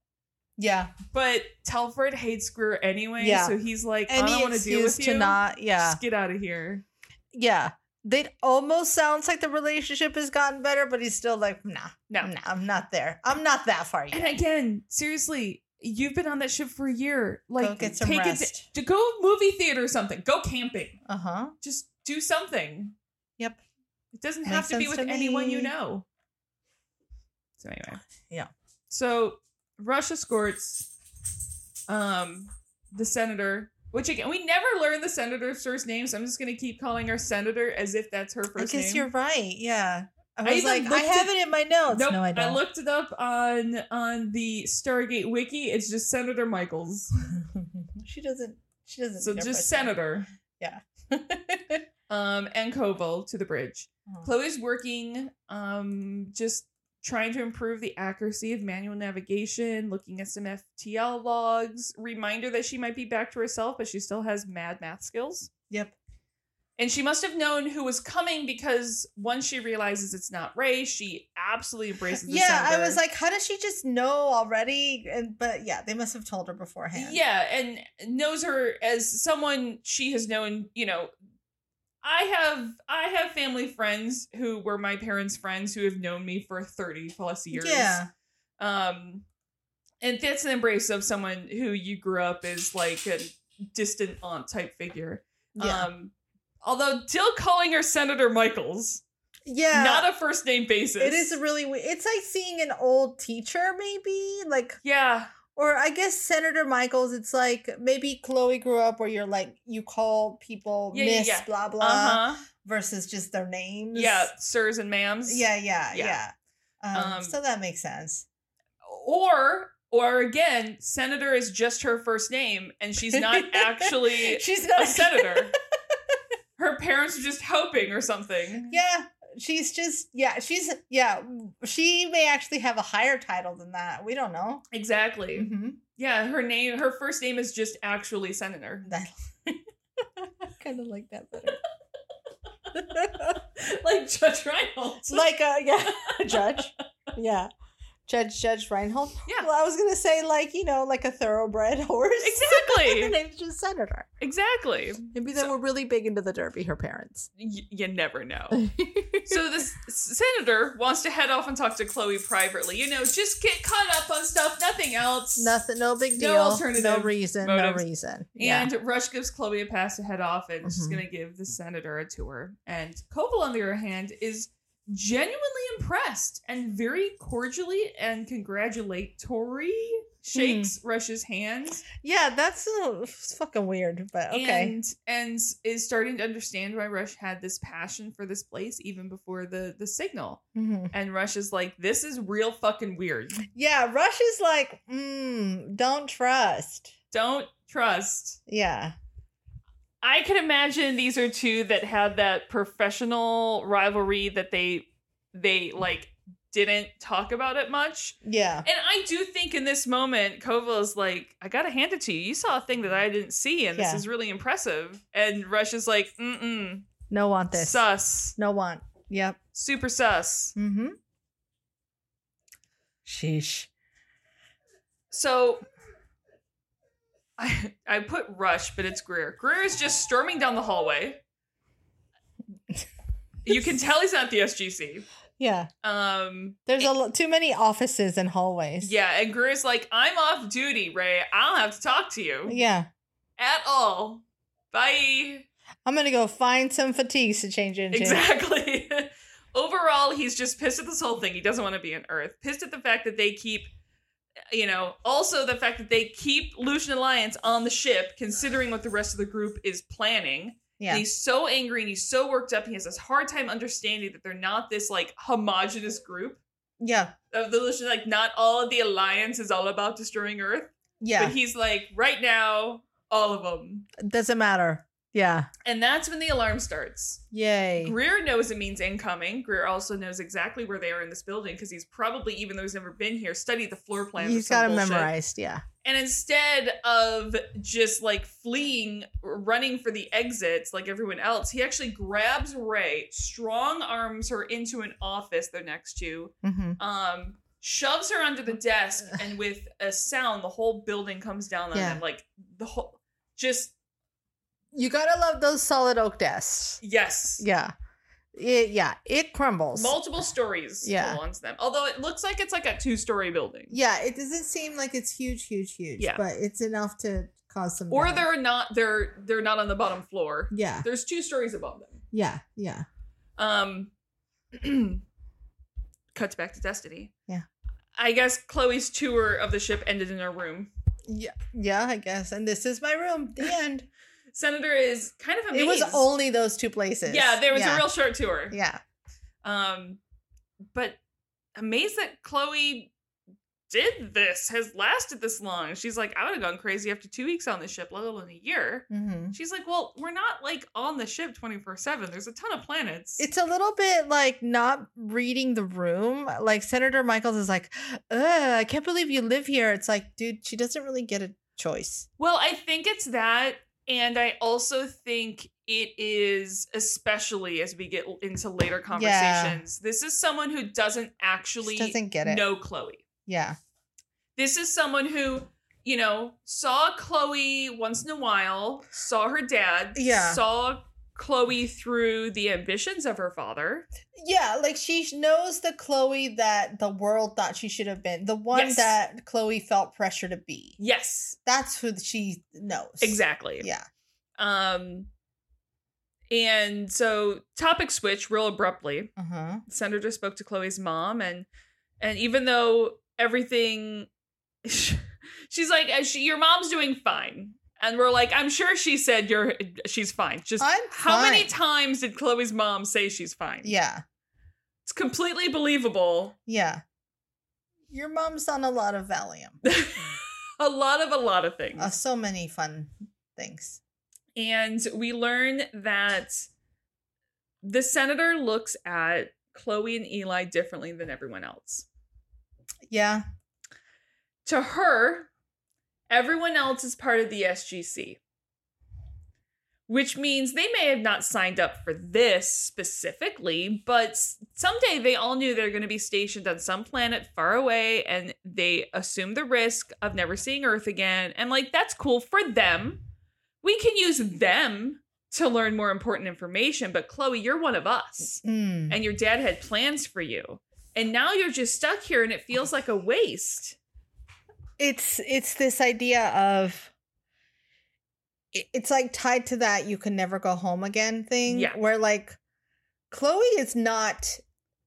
Speaker 3: Yeah.
Speaker 2: But Telford hates Greer anyway,
Speaker 3: Yeah.
Speaker 2: so he's like, I
Speaker 3: Any
Speaker 2: don't want to deal
Speaker 3: excuse
Speaker 2: with
Speaker 3: to
Speaker 2: you.
Speaker 3: not. Yeah.
Speaker 2: Just get out of here.
Speaker 3: Yeah. It almost sounds like the relationship has gotten better, but he's still like, nah,
Speaker 2: No.
Speaker 3: nah, I'm not there. I'm not that far yet.
Speaker 2: And again, seriously, you've been on that ship for a year. Like,
Speaker 3: Go get some
Speaker 2: take
Speaker 3: rest.
Speaker 2: it to go movie theater or something. Go camping.
Speaker 3: Uh huh.
Speaker 2: Just do something.
Speaker 3: Yep.
Speaker 2: It doesn't
Speaker 3: Makes
Speaker 2: have to be
Speaker 3: sense
Speaker 2: with
Speaker 3: to
Speaker 2: anyone you
Speaker 3: me.
Speaker 2: know. So anyway.
Speaker 3: Yeah.
Speaker 2: So Rush escorts um the senator, which again we never learn the senator's first name, so I'm just gonna keep calling her senator as if that's her
Speaker 3: I
Speaker 2: first
Speaker 3: guess
Speaker 2: name.
Speaker 3: you're right. Yeah. I
Speaker 2: I
Speaker 3: was
Speaker 2: even
Speaker 3: like, I
Speaker 2: looked
Speaker 3: have
Speaker 2: at-
Speaker 3: it in my notes.
Speaker 2: Nope,
Speaker 3: no, I don't.
Speaker 2: looked it up on on the Stargate wiki. It's just Senator Michaels.
Speaker 3: she doesn't. She doesn't.
Speaker 2: So
Speaker 3: need a
Speaker 2: just
Speaker 3: first name.
Speaker 2: Senator. um, and Koval to the bridge.
Speaker 3: Oh.
Speaker 2: Chloe's working, um, just trying to improve the accuracy of manual navigation, looking at some FTL logs. Reminder that she might be back to herself, but she still has mad math skills.
Speaker 3: yep.
Speaker 2: And she must have known who was coming because once she realizes it's not Ray, she absolutely embraces the
Speaker 3: Yeah, I
Speaker 2: senator.
Speaker 3: was like, how does she just know already? And but yeah, they must have told her beforehand.
Speaker 2: Yeah, and knows her as someone she has known, you know. I have I have family friends who were my parents' friends who have known me for 30 plus years.
Speaker 3: Yeah.
Speaker 2: Um and that's an embrace of someone who you grew up as like a distant aunt type figure.
Speaker 3: Yeah.
Speaker 2: Um although still calling her Senator Michaels.
Speaker 3: yeah.
Speaker 2: Not a first name basis.
Speaker 3: It is really weird. It's like seeing an old teacher, maybe like,
Speaker 2: Yeah.
Speaker 3: or I guess Senator Michaels. It's like maybe Chloe grew up where you're like you call people
Speaker 2: Yeah, yeah,
Speaker 3: Miss
Speaker 2: yeah.
Speaker 3: blah blah
Speaker 2: Uh-huh.
Speaker 3: versus just their names.
Speaker 2: Yeah, sirs and ma'ams.
Speaker 3: yeah, yeah,
Speaker 2: Yeah.
Speaker 3: yeah. Um,
Speaker 2: Um,
Speaker 3: so that makes sense.
Speaker 2: or Or again, senator is just her first name and she's not actually
Speaker 3: she's not
Speaker 2: a senator. Her parents are just hoping or something.
Speaker 3: Yeah, she's just yeah, she's yeah, she may actually have a higher title than that. We don't know.
Speaker 2: Exactly.
Speaker 3: Mm-hmm.
Speaker 2: Yeah, her name, her first name is just actually senator.
Speaker 3: That kind of like that better.
Speaker 2: Like Judge Reynolds.
Speaker 3: like a yeah, judge. Yeah. Judge Judge Reinhold.
Speaker 2: Yeah.
Speaker 3: Well, I was gonna say like you know like a thoroughbred horse. Her
Speaker 2: Exactly.
Speaker 3: name's just Senator.
Speaker 2: Exactly.
Speaker 3: Maybe they
Speaker 2: So-
Speaker 3: were really big into the Derby. Her parents.
Speaker 2: Y- you never know. so this senator wants to head off and talk to Chloe privately. You know, just get caught up on stuff, nothing else.
Speaker 3: Nothing. No big
Speaker 2: No
Speaker 3: deal.
Speaker 2: alternative
Speaker 3: No reason.
Speaker 2: motives.
Speaker 3: No reason. Yeah.
Speaker 2: And Rush gives Chloe a pass to head off, and she's
Speaker 3: Mhm.
Speaker 2: going to give the senator a tour. And Koval, on the other hand, is genuinely impressed and very cordially and congratulatory shakes Rush's hand
Speaker 3: Yeah, that's uh, it's fucking weird, but okay.
Speaker 2: and and is starting to understand why Rush had this passion for this place even before the the signal.
Speaker 3: Mhm.
Speaker 2: And Rush is like, "This is real fucking weird.
Speaker 3: Yeah, Rush is like, mm, don't trust.
Speaker 2: Don't trust."
Speaker 3: Yeah.
Speaker 2: I could imagine these are two that had that professional rivalry that they they like didn't talk about it much.
Speaker 3: Yeah.
Speaker 2: And I do think in this moment, Koval is like, I gotta hand it to you. You saw a thing that I didn't see, and this
Speaker 3: Yeah.
Speaker 2: is really impressive. And Rush is like, mm
Speaker 3: No want
Speaker 2: mm,
Speaker 3: this.
Speaker 2: sus,
Speaker 3: No want. Yep.
Speaker 2: super sus.
Speaker 3: Mm-hmm. Sheesh.
Speaker 2: So I I put Rush, but it's Greer. Greer is just storming down the hallway. You can tell he's not at the SGC.
Speaker 3: Yeah.
Speaker 2: Um,
Speaker 3: There's a lo- too many offices and hallways.
Speaker 2: Yeah, and Greer's like, I'm off duty, Ray. I don't have to talk to you
Speaker 3: Yeah.
Speaker 2: at all. Bye.
Speaker 3: I'm gonna go find some fatigues to change into.
Speaker 2: Exactly. Overall, he's just pissed at this whole thing. He doesn't want to be on Earth. Pissed at the fact that they keep, you know, also the fact that they keep Lucian Alliance on the ship, considering what the rest of the group is planning.
Speaker 3: Yeah.
Speaker 2: And he's so angry and he's so worked up. He has this hard time understanding that they're not this like homogenous group
Speaker 3: Yeah.
Speaker 2: of the Lucian. Like, not all of the Alliance is all about destroying Earth.
Speaker 3: Yeah.
Speaker 2: But he's like, right now, all of them.
Speaker 3: Doesn't matter. Yeah.
Speaker 2: And that's when the alarm starts.
Speaker 3: Yay.
Speaker 2: Greer knows it means incoming. Greer also knows exactly where they are in this building because he's probably, even though he's never been here, studied the floor plan.
Speaker 3: He's got
Speaker 2: got
Speaker 3: it memorized. Yeah.
Speaker 2: And instead of just like fleeing, running for the exits like everyone else, he actually grabs Ray, strong arms her into an office they're next to,
Speaker 3: Mm-hmm.
Speaker 2: um, shoves her
Speaker 3: Oh,
Speaker 2: under the desk, and with a sound, the whole building comes down on
Speaker 3: Yeah.
Speaker 2: them. Like the whole, just
Speaker 3: You gotta love those solid oak desks.
Speaker 2: Yes.
Speaker 3: Yeah. It, yeah. It crumbles.
Speaker 2: Multiple stories
Speaker 3: Yeah.
Speaker 2: belongs to them. Although it looks like it's like a two story building.
Speaker 3: yeah. It doesn't seem like it's huge, huge, huge.
Speaker 2: Yeah.
Speaker 3: But it's enough to cause some.
Speaker 2: Or
Speaker 3: damage.
Speaker 2: they're not they're they're not on the bottom floor.
Speaker 3: Yeah.
Speaker 2: There's two stories above them.
Speaker 3: Yeah. Yeah.
Speaker 2: Um cuts back to Destiny.
Speaker 3: Yeah.
Speaker 2: I guess Chloe's tour of the ship ended in her room.
Speaker 3: Yeah. Yeah. I guess. And this is my room. The end.
Speaker 2: Senator is kind of amazed.
Speaker 3: It was only those two places.
Speaker 2: Yeah, there was
Speaker 3: yeah.
Speaker 2: a real short tour.
Speaker 3: Yeah.
Speaker 2: Um but amazed that Chloe did this, has lasted this long. She's like, I would have gone crazy after two weeks on this ship, let alone a year.
Speaker 3: Mm-hmm.
Speaker 2: She's like, well, we're not like on the ship 24 7. There's a ton of planets.
Speaker 3: It's a little bit like not reading the room. uh, Like Senator Michaels is like, Ugh, I can't believe you live here. It's like, dude, she doesn't really get a choice.
Speaker 2: well, I think it's that. And I also think it is, especially as we get into later conversations, this is someone who doesn't actually
Speaker 3: She doesn't get it.
Speaker 2: know Chloe.
Speaker 3: Yeah.
Speaker 2: This is someone who, you know, saw Chloe once in a while, saw her dad,
Speaker 3: Yeah.
Speaker 2: saw Chloe through the ambitions of her father.
Speaker 3: Yeah, like she knows the Chloe that the world thought she should have been. The one
Speaker 2: Yes.
Speaker 3: that Chloe felt pressure to be.
Speaker 2: Yes,
Speaker 3: That's who she knows.
Speaker 2: exactly.
Speaker 3: Yeah.
Speaker 2: Um, and so topic switch real abruptly.
Speaker 3: Uh-huh.
Speaker 2: Senator spoke to Chloe's mom, and and even though everything, she's like, "Uh, she, your mom's doing fine. And we're like, I'm sure she said you're she's fine. Just
Speaker 3: I'm
Speaker 2: how many
Speaker 3: fine.
Speaker 2: times did Chloe's mom say she's fine?
Speaker 3: Yeah.
Speaker 2: It's completely believable.
Speaker 3: Yeah. Your mom's on a lot of Valium.
Speaker 2: a lot of a lot of things.
Speaker 3: Uh, so many fun things.
Speaker 2: And we learn that the senator looks at Chloe and Eli differently than everyone else.
Speaker 3: Yeah.
Speaker 2: To her, everyone else is part of the SGC, which means they may have not signed up for this specifically, but someday they all knew they're going to be stationed on some planet far away and they assume the risk of never seeing Earth again. And, like, that's cool for them. We can use them to learn more important information, but Chloe, you're one of us
Speaker 3: Mm.
Speaker 2: and your dad had plans for you. And now you're just stuck here and it feels like a waste.
Speaker 3: It's it's this idea of it- it's like tied to that you can never go home again thing.
Speaker 2: Yeah.
Speaker 3: Where like Chloe is not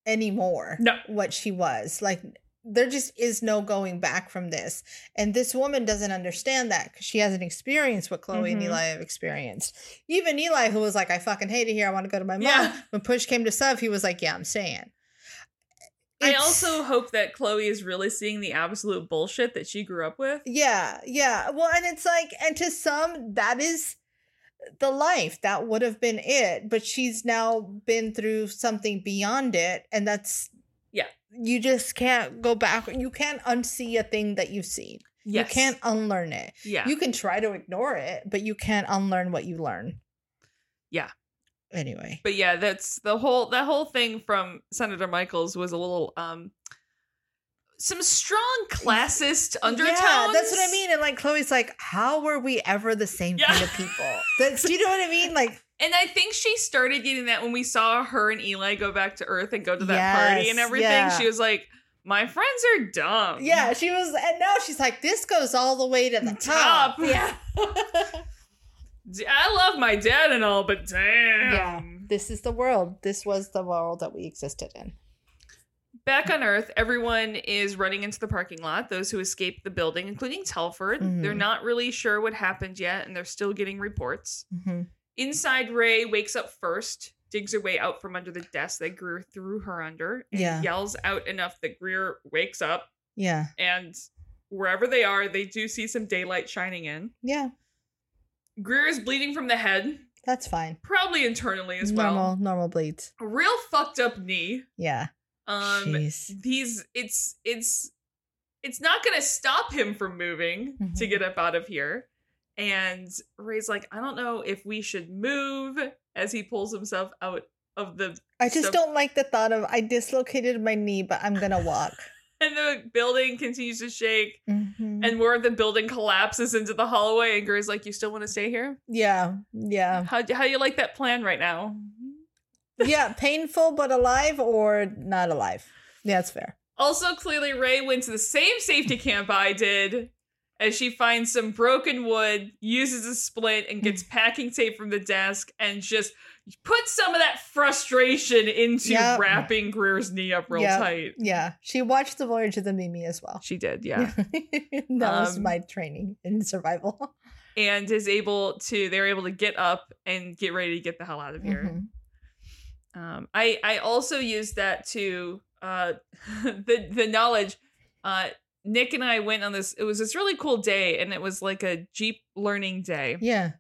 Speaker 3: anymore
Speaker 2: No.
Speaker 3: what she was. Like there just is no going back from this. And this woman doesn't understand that because she hasn't experienced what Chloe and
Speaker 2: Mhm.
Speaker 3: Eli have experienced. Even Eli, who was like, I fucking hate it here. I want to go to my mom.
Speaker 2: Yeah.
Speaker 3: When push came to shove, he was like, Yeah, I'm staying.
Speaker 2: I
Speaker 3: It's-
Speaker 2: also hope that Chloe is really seeing the absolute bullshit that she grew up with.
Speaker 3: Yeah, yeah. Well, and it's like, and to some, that is the life. That would have been it. But she's now been through something beyond it. And that's,
Speaker 2: Yeah.
Speaker 3: You just can't go back. You can't unsee a thing that you've seen.
Speaker 2: Yes.
Speaker 3: You can't unlearn it.
Speaker 2: Yeah.
Speaker 3: You can try to ignore it, but you can't unlearn what you learn.
Speaker 2: Yeah.
Speaker 3: Anyway.
Speaker 2: but yeah, that's the whole that whole thing from Senator Michaels was a little um some strong classist undertones.
Speaker 3: Yeah, that's what I mean. And like Chloe's like, how were we ever the same
Speaker 2: Yeah.
Speaker 3: kind of people? That's, do you know what I mean? Like,
Speaker 2: And I think she started getting that when we saw her and Eli go back to Earth and go to that party
Speaker 3: Yes,
Speaker 2: and everything.
Speaker 3: yeah.
Speaker 2: She was like, My friends are dumb.
Speaker 3: Yeah, she was, and now she's like, this goes all the way to the
Speaker 2: Top.
Speaker 3: top.
Speaker 2: Yeah. D- I love my dad and all, but damn.
Speaker 3: This is the world. This was the world that we existed in.
Speaker 2: Back on Earth, everyone is running into the parking lot. Those who escaped the building, including Telford,
Speaker 3: Mhm.
Speaker 2: they're not really sure what happened yet, and they're still getting reports.
Speaker 3: Mm-hmm.
Speaker 2: Inside, Ray wakes up first, digs her way out from under the desk that Greer threw her under, and
Speaker 3: Yeah.
Speaker 2: yells out enough that Greer wakes up.
Speaker 3: Yeah.
Speaker 2: And wherever they are, they do see some daylight shining in.
Speaker 3: Yeah.
Speaker 2: Greer is bleeding from the head,
Speaker 3: That's fine.
Speaker 2: probably internally as well.
Speaker 3: normal, normal bleeds.
Speaker 2: A real fucked up knee.
Speaker 3: Yeah.
Speaker 2: Um
Speaker 3: Jeez.
Speaker 2: he's it's it's it's not gonna stop him from moving to
Speaker 3: Mhm.
Speaker 2: get up out of here. And Ray's like, I don't know if we should move as he pulls himself out of the
Speaker 3: I just
Speaker 2: so-
Speaker 3: don't like the thought of I dislocated my knee, but I'm gonna walk.
Speaker 2: and the building continues to shake
Speaker 3: Mhm.
Speaker 2: and more of the building collapses into the hallway and Gray's like, You still wanna stay here?
Speaker 3: yeah, yeah,
Speaker 2: How how you like that plan right now?
Speaker 3: yeah. Painful but alive or not alive. Yeah, that's fair.
Speaker 2: Also, clearly, Ray went to the same safety camp I did as she finds some broken wood, uses a splint, and
Speaker 3: Mm.
Speaker 2: gets packing tape from the desk and just puts some of that frustration into
Speaker 3: Yep.
Speaker 2: wrapping Greer's knee up real
Speaker 3: Yep.
Speaker 2: tight.
Speaker 3: Yeah, she watched the Voyage of the Mimi as well.
Speaker 2: She did, yeah.
Speaker 3: that was
Speaker 2: Um,
Speaker 3: my training in survival.
Speaker 2: and is able to, they're able to get up and get ready to get the hell out of here.
Speaker 3: Mhm.
Speaker 2: Um, I I also used that to uh, the the knowledge. Uh, Nick and I went on this. It was this really cool day, and it was like a Jeep learning day.
Speaker 3: Yeah.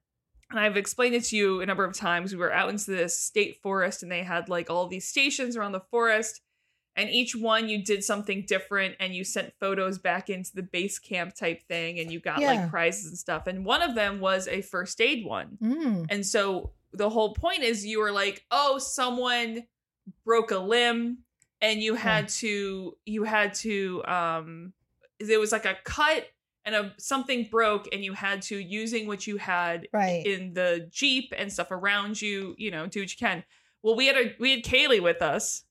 Speaker 2: And I've explained it to you a number of times. We were out into this state forest, and they had like all these stations around the forest. And each one you did something different, and you sent photos back into the base camp type thing, and you got
Speaker 3: Yeah.
Speaker 2: like prizes and stuff. And one of them was a first aid one.
Speaker 3: Mm.
Speaker 2: And so the whole point is you were like, oh, someone broke a limb and you had to you had to um there was like a cut and a something broke and you had to using what you had
Speaker 3: Right.
Speaker 2: in the jeep and stuff around you, you know, do what you can. Well, we had a we had Kaylee with us.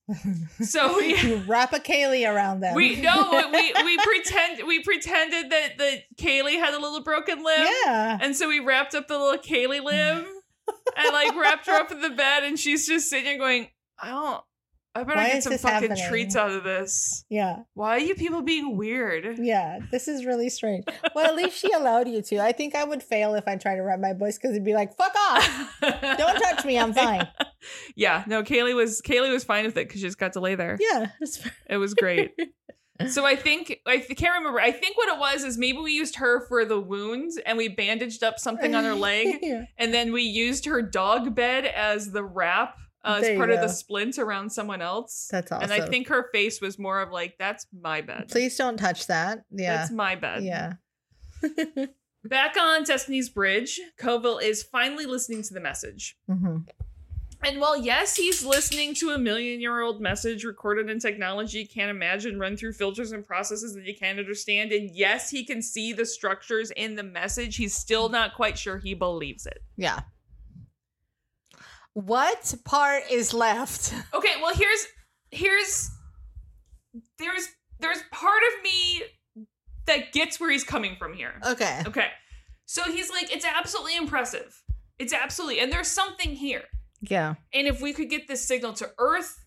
Speaker 2: So we
Speaker 3: you wrap a Kaylee around them.
Speaker 2: Oh, we no, we we pretend we pretended that that Kaylee had a little broken limb.
Speaker 3: yeah.
Speaker 2: And so we wrapped up the little Kaylee limb and like wrapped her up in the bed, and she's just sitting there going, I don't, I better
Speaker 3: Why
Speaker 2: get
Speaker 3: is
Speaker 2: some
Speaker 3: this
Speaker 2: fucking
Speaker 3: happening?
Speaker 2: treats out of this.
Speaker 3: Yeah.
Speaker 2: Why are you people being weird?
Speaker 3: Yeah. This is really strange. Well, at least she allowed you to. I think I would fail if I tried to wrap my voice because it'd be like, fuck off. Don't touch me. I'm fine.
Speaker 2: Yeah, no, Kaylee was Kaylee was fine with it because she just got to lay there.
Speaker 3: Yeah. It's fine.
Speaker 2: It was great. So I think I th- can't remember. I think what it was is maybe we used her for the wounds and we bandaged up something on her leg,
Speaker 3: Yeah.
Speaker 2: and then we used her dog bed as the wrap uh,
Speaker 3: There
Speaker 2: as
Speaker 3: you
Speaker 2: part of the
Speaker 3: go.
Speaker 2: splint around someone else.
Speaker 3: That's awesome.
Speaker 2: And I think her face was more of like, "That's my bed.
Speaker 3: please don't touch that. Yeah.
Speaker 2: That's my bed."
Speaker 3: Yeah.
Speaker 2: Back on Destiny's Bridge, Koval is finally listening to the message.
Speaker 3: hmm
Speaker 2: And while yes, he's listening to a million year old message recorded in technology he can't imagine, run through filters and processes that he can't understand, and yes, he can see the structures in the message, he's still not quite sure he believes it.
Speaker 3: Yeah. What part is left?
Speaker 2: Okay, well here's here's there's there's part of me that gets where he's coming from here.
Speaker 3: Okay.
Speaker 2: Okay. So he's like, it's absolutely impressive. It's absolutely and there's something here.
Speaker 3: Yeah.
Speaker 2: And if we could get this signal to Earth,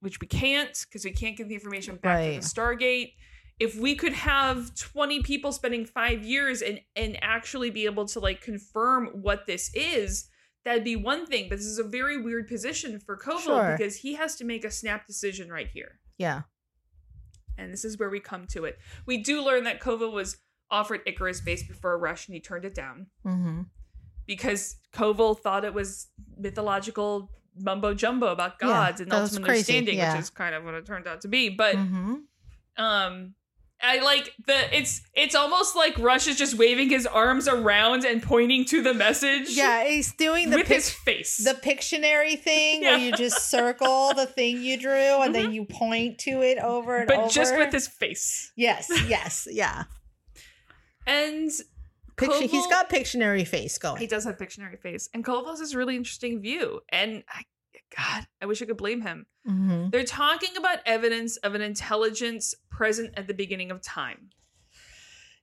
Speaker 2: which we can't because we can't get the information back to
Speaker 3: Right.
Speaker 2: the Stargate, if we could have 20 people spending five years and and actually be able to like confirm what this is, that'd be one thing. But this is a very weird position for Koval
Speaker 3: Sure.
Speaker 2: because he has to make a snap decision right here.
Speaker 3: Yeah.
Speaker 2: And this is where we come to it. We do learn that Koval was offered Icarus base before a rush and he turned it down
Speaker 3: Mm-hmm.
Speaker 2: because Koval thought it was mythological mumbo jumbo about
Speaker 3: Yeah,
Speaker 2: gods and
Speaker 3: that was
Speaker 2: ultimate
Speaker 3: crazy,
Speaker 2: understanding,
Speaker 3: yeah.
Speaker 2: which is kind of what it turned out to be. But
Speaker 3: Mm-hmm.
Speaker 2: um I like the it's it's almost like Rush is just waving his arms around and pointing to the message
Speaker 3: Yeah, he's doing the
Speaker 2: with
Speaker 3: pic-
Speaker 2: his face.
Speaker 3: the Pictionary thing where
Speaker 2: Yeah. Mm-hmm.
Speaker 3: you just circle the thing you drew and then you point to it over and
Speaker 2: but
Speaker 3: over.
Speaker 2: just with his face.
Speaker 3: yes, yes, yeah.
Speaker 2: And
Speaker 3: Pictu- he's
Speaker 2: Koval-
Speaker 3: got Pictionary face
Speaker 2: he
Speaker 3: going.
Speaker 2: does have Pictionary face. And Koval's is a really interesting view. And I God, I wish I could blame him.
Speaker 3: Mm-hmm.
Speaker 2: They're talking about evidence of an intelligence present at the beginning of time.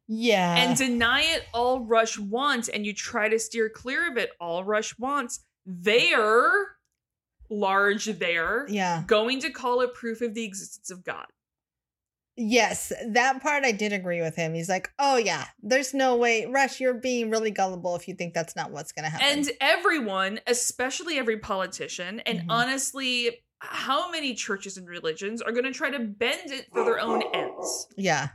Speaker 3: Yeah,
Speaker 2: and deny it all Rush wants, and you try to steer clear of it all Rush wants, they're large there
Speaker 3: yeah,
Speaker 2: going to call it proof of the existence of God.
Speaker 3: yes, that part I did agree with him. He's like, oh yeah, there's no way, Rush, you're being really gullible if you think that's not what's gonna happen.
Speaker 2: And everyone, especially every politician, and
Speaker 3: Mhm.
Speaker 2: honestly, how many churches and religions are going to try to bend it for their own ends?
Speaker 3: yeah,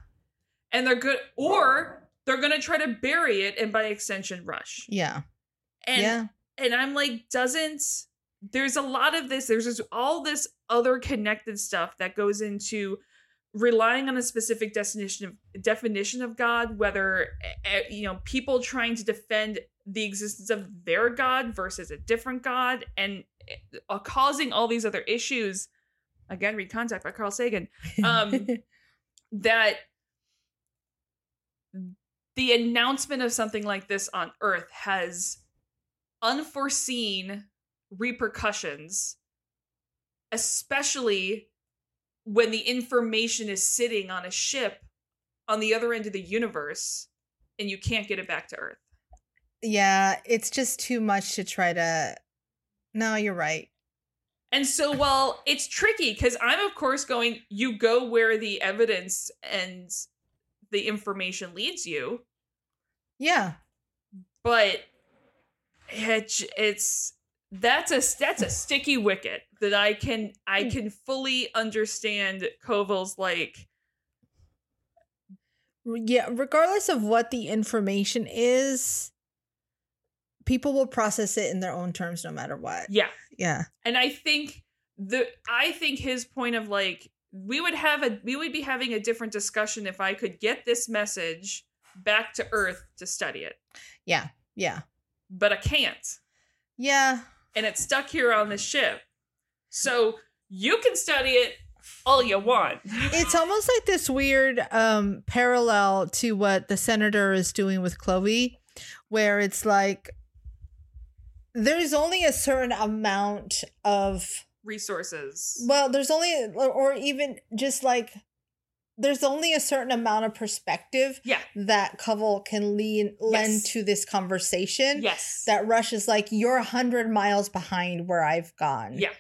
Speaker 2: And they're good, or they're going to try to bury it, and by extension, Rush.
Speaker 3: yeah,
Speaker 2: And
Speaker 3: yeah,
Speaker 2: and I'm like, doesn't there's a lot of this, there's just all this other connected stuff that goes into relying on a specific definition of definition of God, whether eh, you know people trying to defend the existence of their God versus a different God, and uh, causing all these other issues. Again, read Contact by Carl Sagan um, that the announcement of something like this on Earth has unforeseen repercussions, especially when the information is sitting on a ship on the other end of the universe and you can't get it back to Earth.
Speaker 3: yeah. It's just too much to try to. No, you're right.
Speaker 2: And so, well, it's tricky because I'm, of course, going, you go where the evidence and the information leads you,
Speaker 3: Yeah,
Speaker 2: but it, it's that's a that's a sticky wicket that I can I
Speaker 3: Hmm.
Speaker 2: can fully understand Koval's like
Speaker 3: yeah regardless of what the information is people will process it in their own terms no matter what
Speaker 2: yeah
Speaker 3: yeah
Speaker 2: and I think the I think his point of like we would have a we would be having a different discussion if I could get this message back to Earth to study it
Speaker 3: yeah yeah
Speaker 2: but I can't
Speaker 3: yeah
Speaker 2: and it's stuck here on this ship so you can study it all you want
Speaker 3: it's almost like this weird um parallel to what the senator is doing with chloe where it's like there's only a certain amount of
Speaker 2: resources
Speaker 3: Well, there's only, or even just like, there's only a certain amount of perspective
Speaker 2: Yeah.
Speaker 3: that Koval can lean lend
Speaker 2: Yes.
Speaker 3: to this conversation.
Speaker 2: yes
Speaker 3: That Rush is like, you're a hundred miles behind where I've gone.
Speaker 2: Yeah.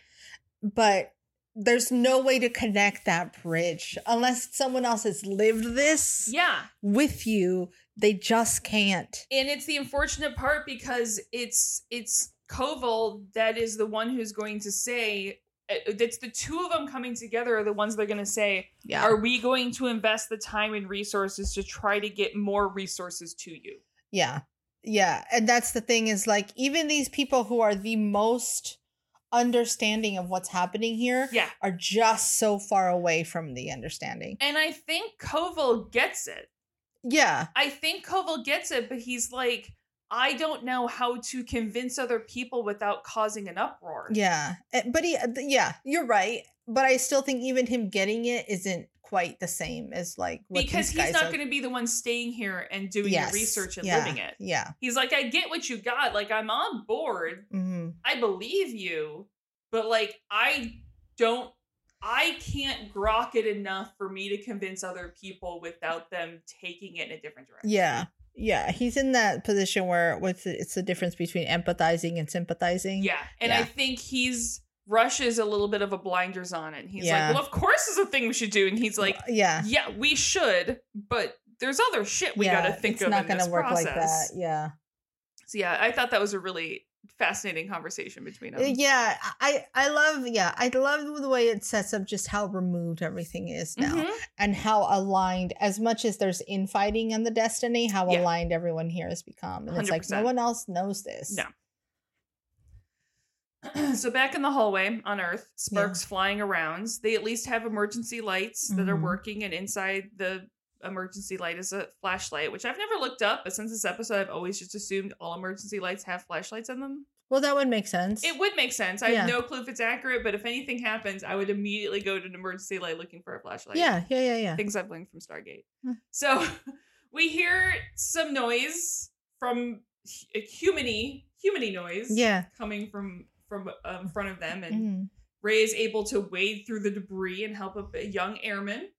Speaker 3: But there's no way to connect that bridge unless someone else has lived this
Speaker 2: yeah
Speaker 3: with you. They just can't.
Speaker 2: and it's the unfortunate part because it's it's Koval that is the one who's going to say it's the two of them coming together are the ones that are going to say
Speaker 3: Yeah.
Speaker 2: are we going to invest the time and resources to try to get more resources to you
Speaker 3: Yeah. Yeah. And that's the thing is like, even these people who are the most understanding of what's happening here
Speaker 2: yeah
Speaker 3: are just so far away from the understanding.
Speaker 2: and i think koval gets it
Speaker 3: Yeah.
Speaker 2: i think koval gets it but he's like i don't know how to convince other people without causing an uproar
Speaker 3: Yeah. Eh, But he, th- yeah, you're right. But I still think even him getting it isn't quite the same as like what
Speaker 2: because
Speaker 3: these
Speaker 2: he's
Speaker 3: guys
Speaker 2: not
Speaker 3: are-
Speaker 2: going to be the one staying here and doing
Speaker 3: Yes.
Speaker 2: the research and
Speaker 3: Yeah.
Speaker 2: living it
Speaker 3: Yeah.
Speaker 2: he's like i get what you got like i'm on board
Speaker 3: hmm
Speaker 2: I believe you, but like I don't I can't grok it enough for me to convince other people without them taking it in a different direction.
Speaker 3: Yeah. Yeah. He's in that position where what's the- it's the difference between empathizing and sympathizing.
Speaker 2: Yeah. And I
Speaker 3: Yeah.
Speaker 2: think he's rushes a little bit of a blinders on it. He's
Speaker 3: Yeah.
Speaker 2: like, Well, of course it's a thing we should do. And he's like,
Speaker 3: uh, yeah.
Speaker 2: Yeah, we should, but there's other shit we
Speaker 3: yeah.
Speaker 2: gotta think
Speaker 3: it's
Speaker 2: of.
Speaker 3: not
Speaker 2: in
Speaker 3: gonna
Speaker 2: this
Speaker 3: work
Speaker 2: process.
Speaker 3: like that. Yeah.
Speaker 2: So yeah, I thought that was a really fascinating conversation between them.
Speaker 3: eh, Uh, yeah i i love yeah i love the way it sets up just how removed everything is now
Speaker 2: Mhm.
Speaker 3: and how aligned as much as there's infighting on the destiny how
Speaker 2: Yeah.
Speaker 3: aligned everyone here has become and it's like no
Speaker 2: 100%.
Speaker 3: one else knows this
Speaker 2: No. so back in the hallway on Earth, sparks flying around. They at least have emergency lights that are
Speaker 3: Mhm.
Speaker 2: working, and inside the emergency light is a flashlight, which I've never looked up. But since this episode, I've always just assumed all emergency lights have flashlights on them.
Speaker 3: well that would make sense
Speaker 2: It would make sense. I
Speaker 3: Yeah.
Speaker 2: have no clue if it's accurate, but if anything happens, I would immediately go to an emergency light looking for a flashlight
Speaker 3: yeah yeah yeah yeah
Speaker 2: things I've learned from Stargate.
Speaker 3: Hmm.
Speaker 2: So we hear some noise from hu- a humany, humany noise,
Speaker 3: Yeah.
Speaker 2: coming from from uh, in front of them, and
Speaker 3: Mhm.
Speaker 2: Ray is able to wade through the debris and help a, a young airman,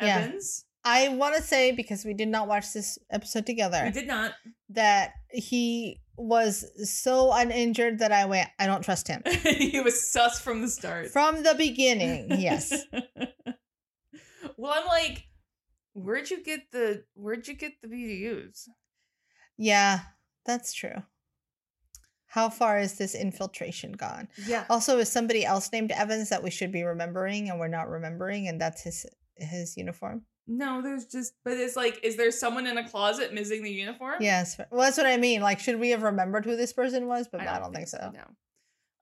Speaker 3: Yeah.
Speaker 2: Evans.
Speaker 3: i want to say because we did not watch this episode together
Speaker 2: We did not.
Speaker 3: that he was so uninjured that i went i don't trust him
Speaker 2: he was sus from the start.
Speaker 3: from the beginning yes
Speaker 2: well, I'm like, where'd you get the where'd you get the BDUs?
Speaker 3: Yeah, that's true. How far is this infiltration gone?
Speaker 2: Yeah.
Speaker 3: Also, is somebody else named Evans that we should be remembering and we're not remembering, and that's his his uniform?
Speaker 2: No, there's just, but it's like, is there someone in a closet missing the uniform?
Speaker 3: Yes. Well, that's what I mean. Like, should we have remembered who this person was? But I don't, think, so.
Speaker 2: No.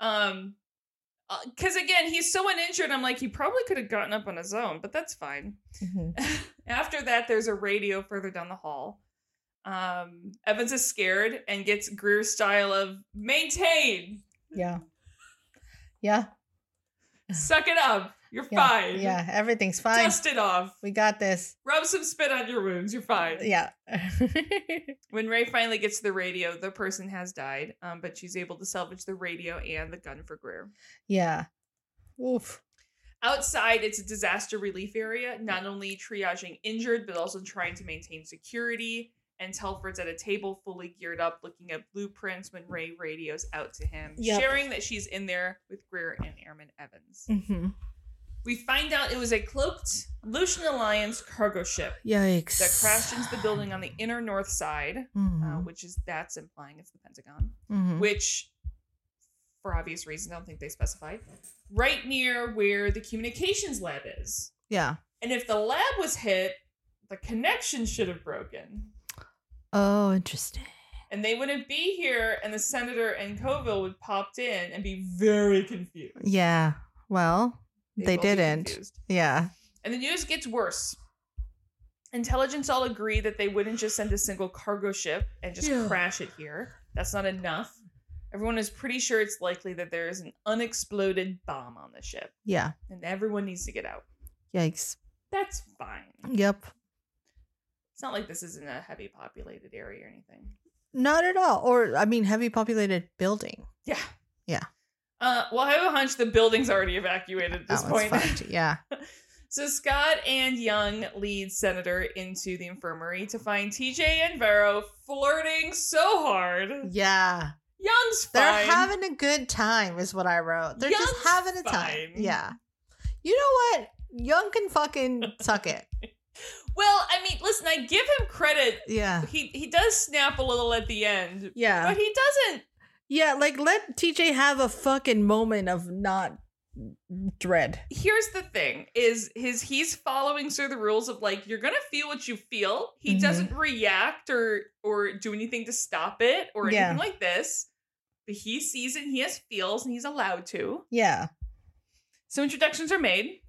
Speaker 2: Um, because again, he's so uninjured. I'm like, he probably could have gotten up on his own, but that's fine.
Speaker 3: Mhm.
Speaker 2: After that, there's a radio further down the hall. Um, Evans is scared and gets Greer's style of maintain,
Speaker 3: Yeah. Yeah.
Speaker 2: suck it up, you're
Speaker 3: Yeah.
Speaker 2: fine.
Speaker 3: Yeah. Everything's fine.
Speaker 2: Dust it off.
Speaker 3: we got this.
Speaker 2: Rub some spit on your wounds. You're fine.
Speaker 3: Yeah.
Speaker 2: When Ray finally gets to the radio, the person has died, um, but she's able to salvage the radio and the gun for Greer.
Speaker 3: yeah. Oof.
Speaker 2: Outside, it's a disaster relief area, not only triaging injured, but also trying to maintain security. And Telford's at a table, fully geared up, looking at blueprints when Ray radios out to him,
Speaker 3: Yep.
Speaker 2: sharing that she's in there with Greer and Airman Evans.
Speaker 3: Mm-hmm.
Speaker 2: We find out it was a cloaked Lucian Alliance cargo ship
Speaker 3: Yikes.
Speaker 2: that crashed into the building on the inner north side, uh,
Speaker 3: Mhm.
Speaker 2: which is that's implying it's the Pentagon
Speaker 3: Mhm.
Speaker 2: which for obvious reasons I don't think they specified, right near where the communications lab is.
Speaker 3: Yeah.
Speaker 2: And if the lab was hit, the connection should have broken.
Speaker 3: Oh, interesting.
Speaker 2: And they wouldn't be here, and the senator and Coville would popped in and be very confused.
Speaker 3: Yeah. Well,
Speaker 2: They'd
Speaker 3: They
Speaker 2: both be
Speaker 3: didn't.
Speaker 2: confused.
Speaker 3: yeah.
Speaker 2: And the news gets worse. Intelligence all agree that they wouldn't just send a single cargo ship and just
Speaker 3: Yeah.
Speaker 2: crash it here. That's not enough. Everyone is pretty sure it's likely that there is an unexploded bomb on the ship.
Speaker 3: Yeah.
Speaker 2: and everyone needs to get out.
Speaker 3: Yikes.
Speaker 2: That's fine.
Speaker 3: Yep.
Speaker 2: It's not like this isn't a heavy populated area or anything.
Speaker 3: Not at all. Or I mean, heavy populated building.
Speaker 2: Yeah.
Speaker 3: Yeah.
Speaker 2: Uh, well, I have a hunch the building's already evacuated at this
Speaker 3: That one's
Speaker 2: point.
Speaker 3: fucked. Yeah.
Speaker 2: so Scott and Young lead Senator into the infirmary to find TJ and Vero flirting so hard.
Speaker 3: Yeah.
Speaker 2: Young's fine.
Speaker 3: They're having a good time, is what I wrote. They're just
Speaker 2: Young's
Speaker 3: having a time.
Speaker 2: fine.
Speaker 3: Yeah. You know what? Young can fucking suck it.
Speaker 2: well, I mean, listen, I give him credit.
Speaker 3: Yeah.
Speaker 2: He he does snap a little at the end,
Speaker 3: Yeah.
Speaker 2: but he doesn't
Speaker 3: Yeah. Like, let TJ have a fucking moment of not dread.
Speaker 2: here's the thing is his he's following through the rules of like you're gonna feel what you feel he
Speaker 3: Mhm.
Speaker 2: doesn't react or or do anything to stop it or anything
Speaker 3: Yeah.
Speaker 2: like this but he sees it and he has feels and he's allowed to
Speaker 3: Yeah.
Speaker 2: so introductions are made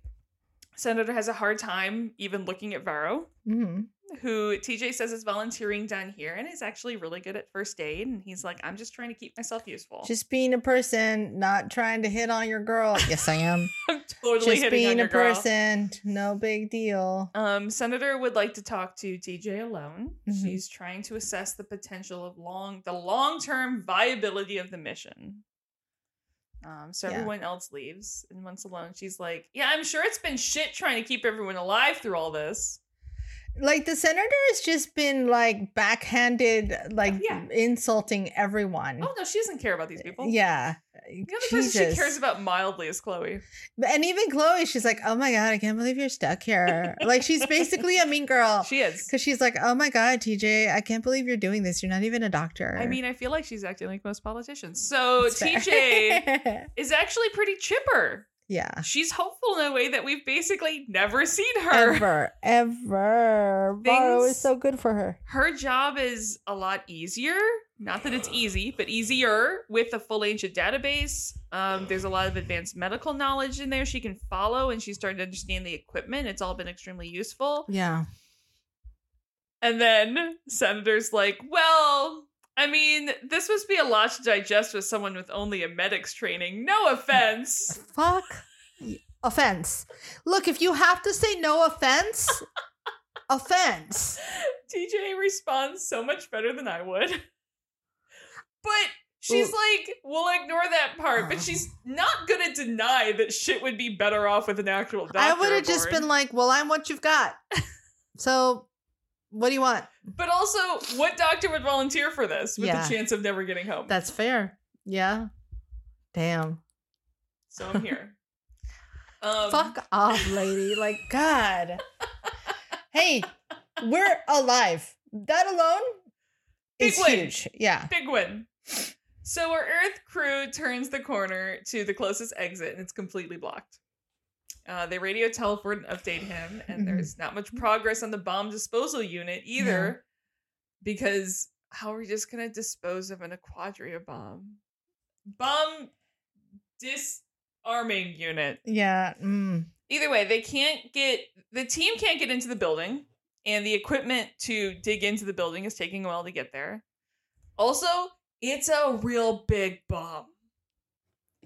Speaker 2: senator has a hard time even looking at varro
Speaker 3: hmm
Speaker 2: who tj says is volunteering down here and is actually really good at first aid and he's like i'm just trying to keep myself useful
Speaker 3: Just being a person, not trying to hit on your girl. Yes, I am.
Speaker 2: i'm totally
Speaker 3: Just
Speaker 2: hitting on
Speaker 3: being
Speaker 2: your
Speaker 3: a
Speaker 2: girl.
Speaker 3: person, no big deal.
Speaker 2: Um, Senator would like to talk to DJ alone.
Speaker 3: Mhm.
Speaker 2: She's trying to assess the potential of long the long term viability of the mission. Um, so
Speaker 3: Yeah.
Speaker 2: everyone else leaves, and once alone, she's like, "Yeah, I'm sure it's been shit trying to keep everyone alive through all this."
Speaker 3: Like the senator has just been like backhanded, like
Speaker 2: Yeah.
Speaker 3: insulting everyone.
Speaker 2: Oh no, she doesn't care about these people.
Speaker 3: Uh, Yeah.
Speaker 2: the only person she cares about mildly is Chloe.
Speaker 3: But- And even Chloe, she's like, oh my God, I can't believe you're stuck here. like, she's basically a mean girl.
Speaker 2: She is.
Speaker 3: Because she's like, oh my God, TJ, I can't believe you're doing this. You're not even a doctor.
Speaker 2: I mean, I feel like she's acting like most politicians. So
Speaker 3: It's fair.
Speaker 2: TJ is actually pretty chipper.
Speaker 3: yeah.
Speaker 2: She's hopeful in a way that we've basically never seen her.
Speaker 3: Ever, ever. Varro is
Speaker 2: Things-
Speaker 3: so good for her.
Speaker 2: her job is a lot easier. Not that it's easy, but easier with a full ancient database. Um, there's a lot of advanced medical knowledge in there she can follow, and she's starting to understand the equipment. It's all been extremely useful.
Speaker 3: Yeah.
Speaker 2: And then Senator's like, well, I mean, this must be a lot to digest with someone with only a medic's training. No offense.
Speaker 3: Fuck. offense. Look, if you have to say no offense, offense.
Speaker 2: TJ responds so much better than I would. But she's
Speaker 3: Ooh.
Speaker 2: like, we'll ignore that part. But she's not gonna deny that shit would be better off with an actual doctor.
Speaker 3: I would have just
Speaker 2: aboard.
Speaker 3: been like, well, I'm what you've got. so what do you want?
Speaker 2: But also, what doctor would volunteer for this with
Speaker 3: Yeah.
Speaker 2: the chance of never getting home?
Speaker 3: That's fair. Yeah. Damn.
Speaker 2: so I'm here. Um,
Speaker 3: Fuck off, lady. Like, God. hey, we're alive. That alone
Speaker 2: Big
Speaker 3: is
Speaker 2: win.
Speaker 3: huge. Yeah.
Speaker 2: Big win. So our Earth crew turns the corner to the closest exit, and it's completely blocked. Uh, they radio Telford and update him, and
Speaker 3: Mhm.
Speaker 2: there's not much progress on the bomb disposal unit either, because how are we just gonna dispose of an Aquadria bomb? Bomb disarming unit.
Speaker 3: Yeah. Mm.
Speaker 2: Either way, they can't get the team can't get into the building, and the equipment to dig into the building is taking a while to get there. Also, it's a real big bomb.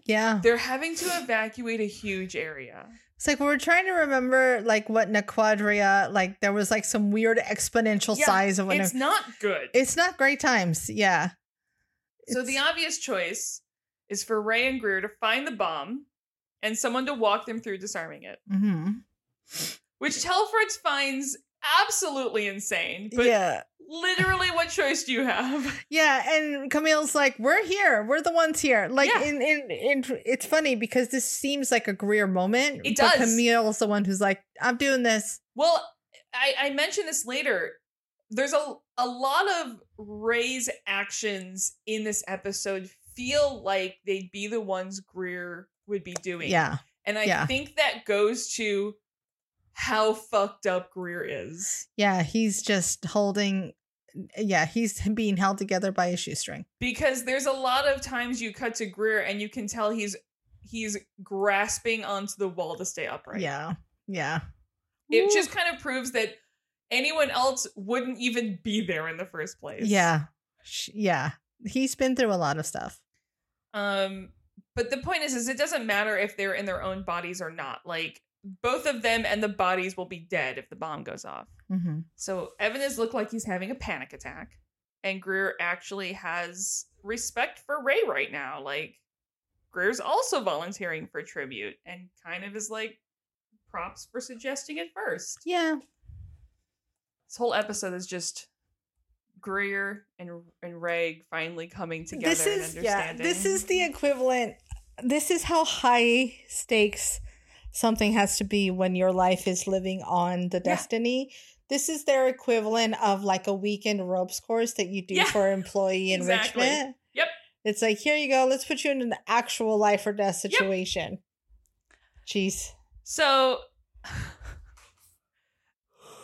Speaker 3: Yeah.
Speaker 2: They're having to evacuate a huge area.
Speaker 3: It's like we're trying to remember like what Naquadria, like there was like some weird exponential
Speaker 2: Yeah,
Speaker 3: size of when
Speaker 2: It's not good.
Speaker 3: it's not great times. Yeah.
Speaker 2: So the obvious choice is for Ray and Greer to find the bomb and someone to walk them through disarming it,
Speaker 3: hmm
Speaker 2: which Telfritz finds absolutely insane. But
Speaker 3: yeah.
Speaker 2: literally, what choice do you have?
Speaker 3: Yeah, and Camille's like, "We're here. We're the ones here." Like,
Speaker 2: Yeah.
Speaker 3: in, in in it's funny because this seems like a Greer moment.
Speaker 2: It
Speaker 3: but
Speaker 2: does.
Speaker 3: Camille's the one who's like, "I'm doing this."
Speaker 2: Well, I, I mentioned this later. There's a a lot of Ray's actions in this episode feel like they'd be the ones Greer would be doing.
Speaker 3: Yeah,
Speaker 2: And I
Speaker 3: yeah.
Speaker 2: think that goes to how fucked up Greer is.
Speaker 3: yeah. He's just holding. Yeah, he's being held together by a shoestring.
Speaker 2: Because there's a lot of times you cut to Greer and you can tell he's he's grasping onto the wall to stay upright.
Speaker 3: Yeah, yeah,
Speaker 2: It just kind of proves that anyone else wouldn't even be there in the first place.
Speaker 3: yeah, Sh- yeah. He's been through a lot of stuff.
Speaker 2: Um, but the point is, is it doesn't matter if they're in their own bodies or not. Like both of them and the bodies will be dead if the bomb goes off.
Speaker 3: hmm
Speaker 2: So Evan has looked like he's having a panic attack, and Greer actually has respect for Ray right now. Like Greer's also volunteering for tribute and kind of is like props for suggesting it first.
Speaker 3: Yeah,
Speaker 2: This whole episode is just Greer and and Ray finally coming together
Speaker 3: this
Speaker 2: and
Speaker 3: is yeah.
Speaker 2: understanding.
Speaker 3: This is the equivalent. This is how high stakes something has to be when your life is living on the
Speaker 2: Yeah.
Speaker 3: destiny. This is their equivalent of like a weekend ropes course that you do
Speaker 2: Yeah.
Speaker 3: for employee
Speaker 2: Exactly.
Speaker 3: enrichment.
Speaker 2: Yep.
Speaker 3: It's like here you go. Let's put you in an actual life or death
Speaker 2: Yep.
Speaker 3: situation. Jeez.
Speaker 2: So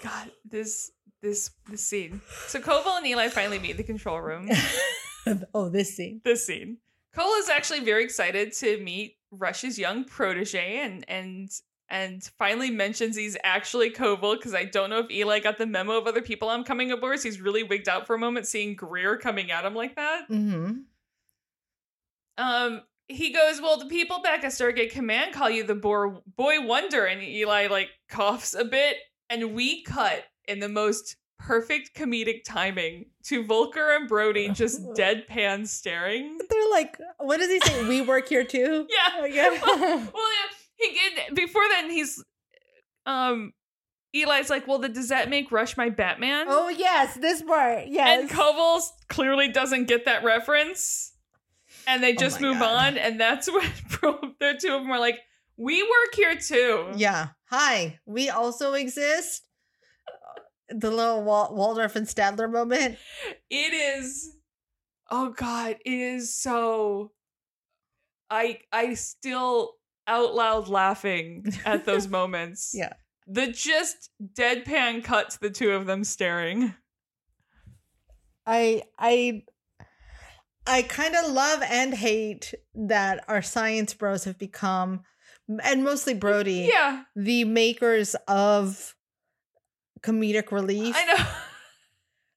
Speaker 2: God, this this this scene. So Koval and Eli finally meet in the control room.
Speaker 3: oh, this scene.
Speaker 2: this scene. Cole is actually very excited to meet Rush's young protege and and and finally mentions he's actually Koval because I don't know if Eli got the memo of other people I'm coming aboard. So he's really wigged out for a moment seeing Greer coming at him like that.
Speaker 3: Mm-hmm.
Speaker 2: Um, he goes, "Well, the people back at Stargate Command call you the boy, boy wonder," and Eli like coughs a bit, and we cut in the most perfect comedic timing to Volker and Brody just deadpan staring.
Speaker 3: They're like, what does he say? We work here too?
Speaker 2: Yeah.
Speaker 3: Oh, yeah.
Speaker 2: Well, yeah, he did. Before then, he's um, Eli's like, "Well, the, does that make Rush my Batman?"
Speaker 3: oh yes, this part. Yes.
Speaker 2: And Koval clearly doesn't get that reference, and they just
Speaker 3: Oh my
Speaker 2: move
Speaker 3: God.
Speaker 2: on. And that's when the two of them are like, "We work here too."
Speaker 3: yeah. Hi. We also exist. The little Wal- Waldorf and Stadler moment.
Speaker 2: It is. Oh God, it is so. I I still out loud laughing at those moments.
Speaker 3: Yeah.
Speaker 2: The just deadpan cut to the two of them staring.
Speaker 3: I I I kind of love and hate that our science bros have become and mostly Brody
Speaker 2: Yeah,
Speaker 3: the makers of comedic relief.
Speaker 2: I know.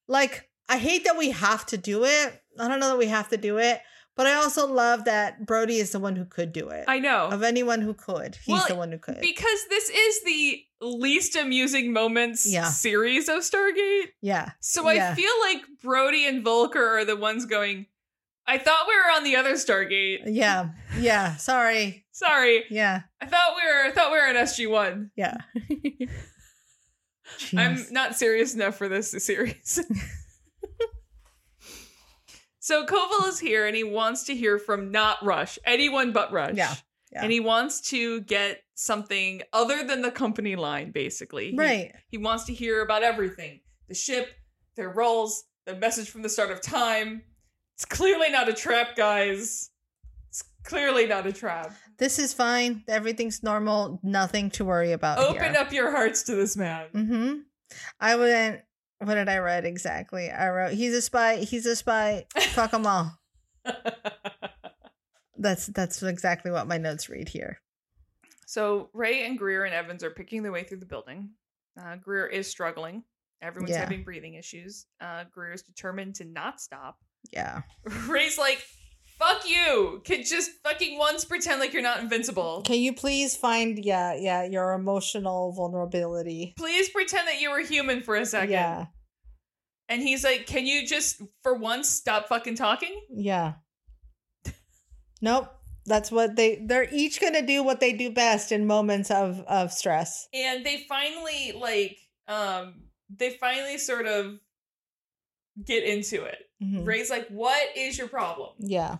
Speaker 3: like I hate that we have to do it. I don't know that we have to do it, but I also love that Brody is the one who could do it.
Speaker 2: I know.
Speaker 3: of anyone who could, he's
Speaker 2: Well,
Speaker 3: the one who could.
Speaker 2: Because this is the least amusing moments
Speaker 3: Yeah.
Speaker 2: series of Stargate.
Speaker 3: yeah.
Speaker 2: So I
Speaker 3: Yeah.
Speaker 2: feel like Brody and Volker are the ones going, I thought we were on the other Stargate.
Speaker 3: Yeah. Yeah. Sorry.
Speaker 2: Sorry.
Speaker 3: Yeah.
Speaker 2: I thought we were I thought we were on SG1.
Speaker 3: Yeah.
Speaker 2: I'm
Speaker 3: Jeez.
Speaker 2: not serious enough for this series. so Koval is here and he wants to hear from not Rush, anyone but Rush.
Speaker 3: Yeah, yeah.
Speaker 2: And he wants to get something other than the company line, basically. He-
Speaker 3: right.
Speaker 2: He, wants to hear about everything the ship, their roles, the message from the start of time. It's clearly not a trap, guys. It's clearly not a trap.
Speaker 3: This is fine. Everything's normal. Nothing to worry about.
Speaker 2: Open up your hearts to this man.
Speaker 3: Mm-hmm. I wouldn't. What did I write exactly? I wrote, "He's a spy. He's a spy. Fuck them all." That's that's exactly what my notes read here.
Speaker 2: So Ray and Greer and Evans are picking their way through the building. Uh, Greer is struggling. Everyone's
Speaker 3: Yeah.
Speaker 2: having breathing issues. Uh, Greer is determined to not stop.
Speaker 3: Yeah.
Speaker 2: Ray's like, "Fuck you! Can just fucking once pretend like you're not invincible.
Speaker 3: Can you please find yeah yeah your emotional vulnerability?
Speaker 2: Please pretend that you were human for a second.
Speaker 3: Yeah
Speaker 2: And he's like, "Can you just for once stop fucking talking?"
Speaker 3: yeah. Nope. That's what they they're each gonna do what they do best in moments of of stress.
Speaker 2: And they finally like, um, they finally sort of get into it.
Speaker 3: Mhm.
Speaker 2: Ray's like, "What is your problem?"
Speaker 3: Yeah.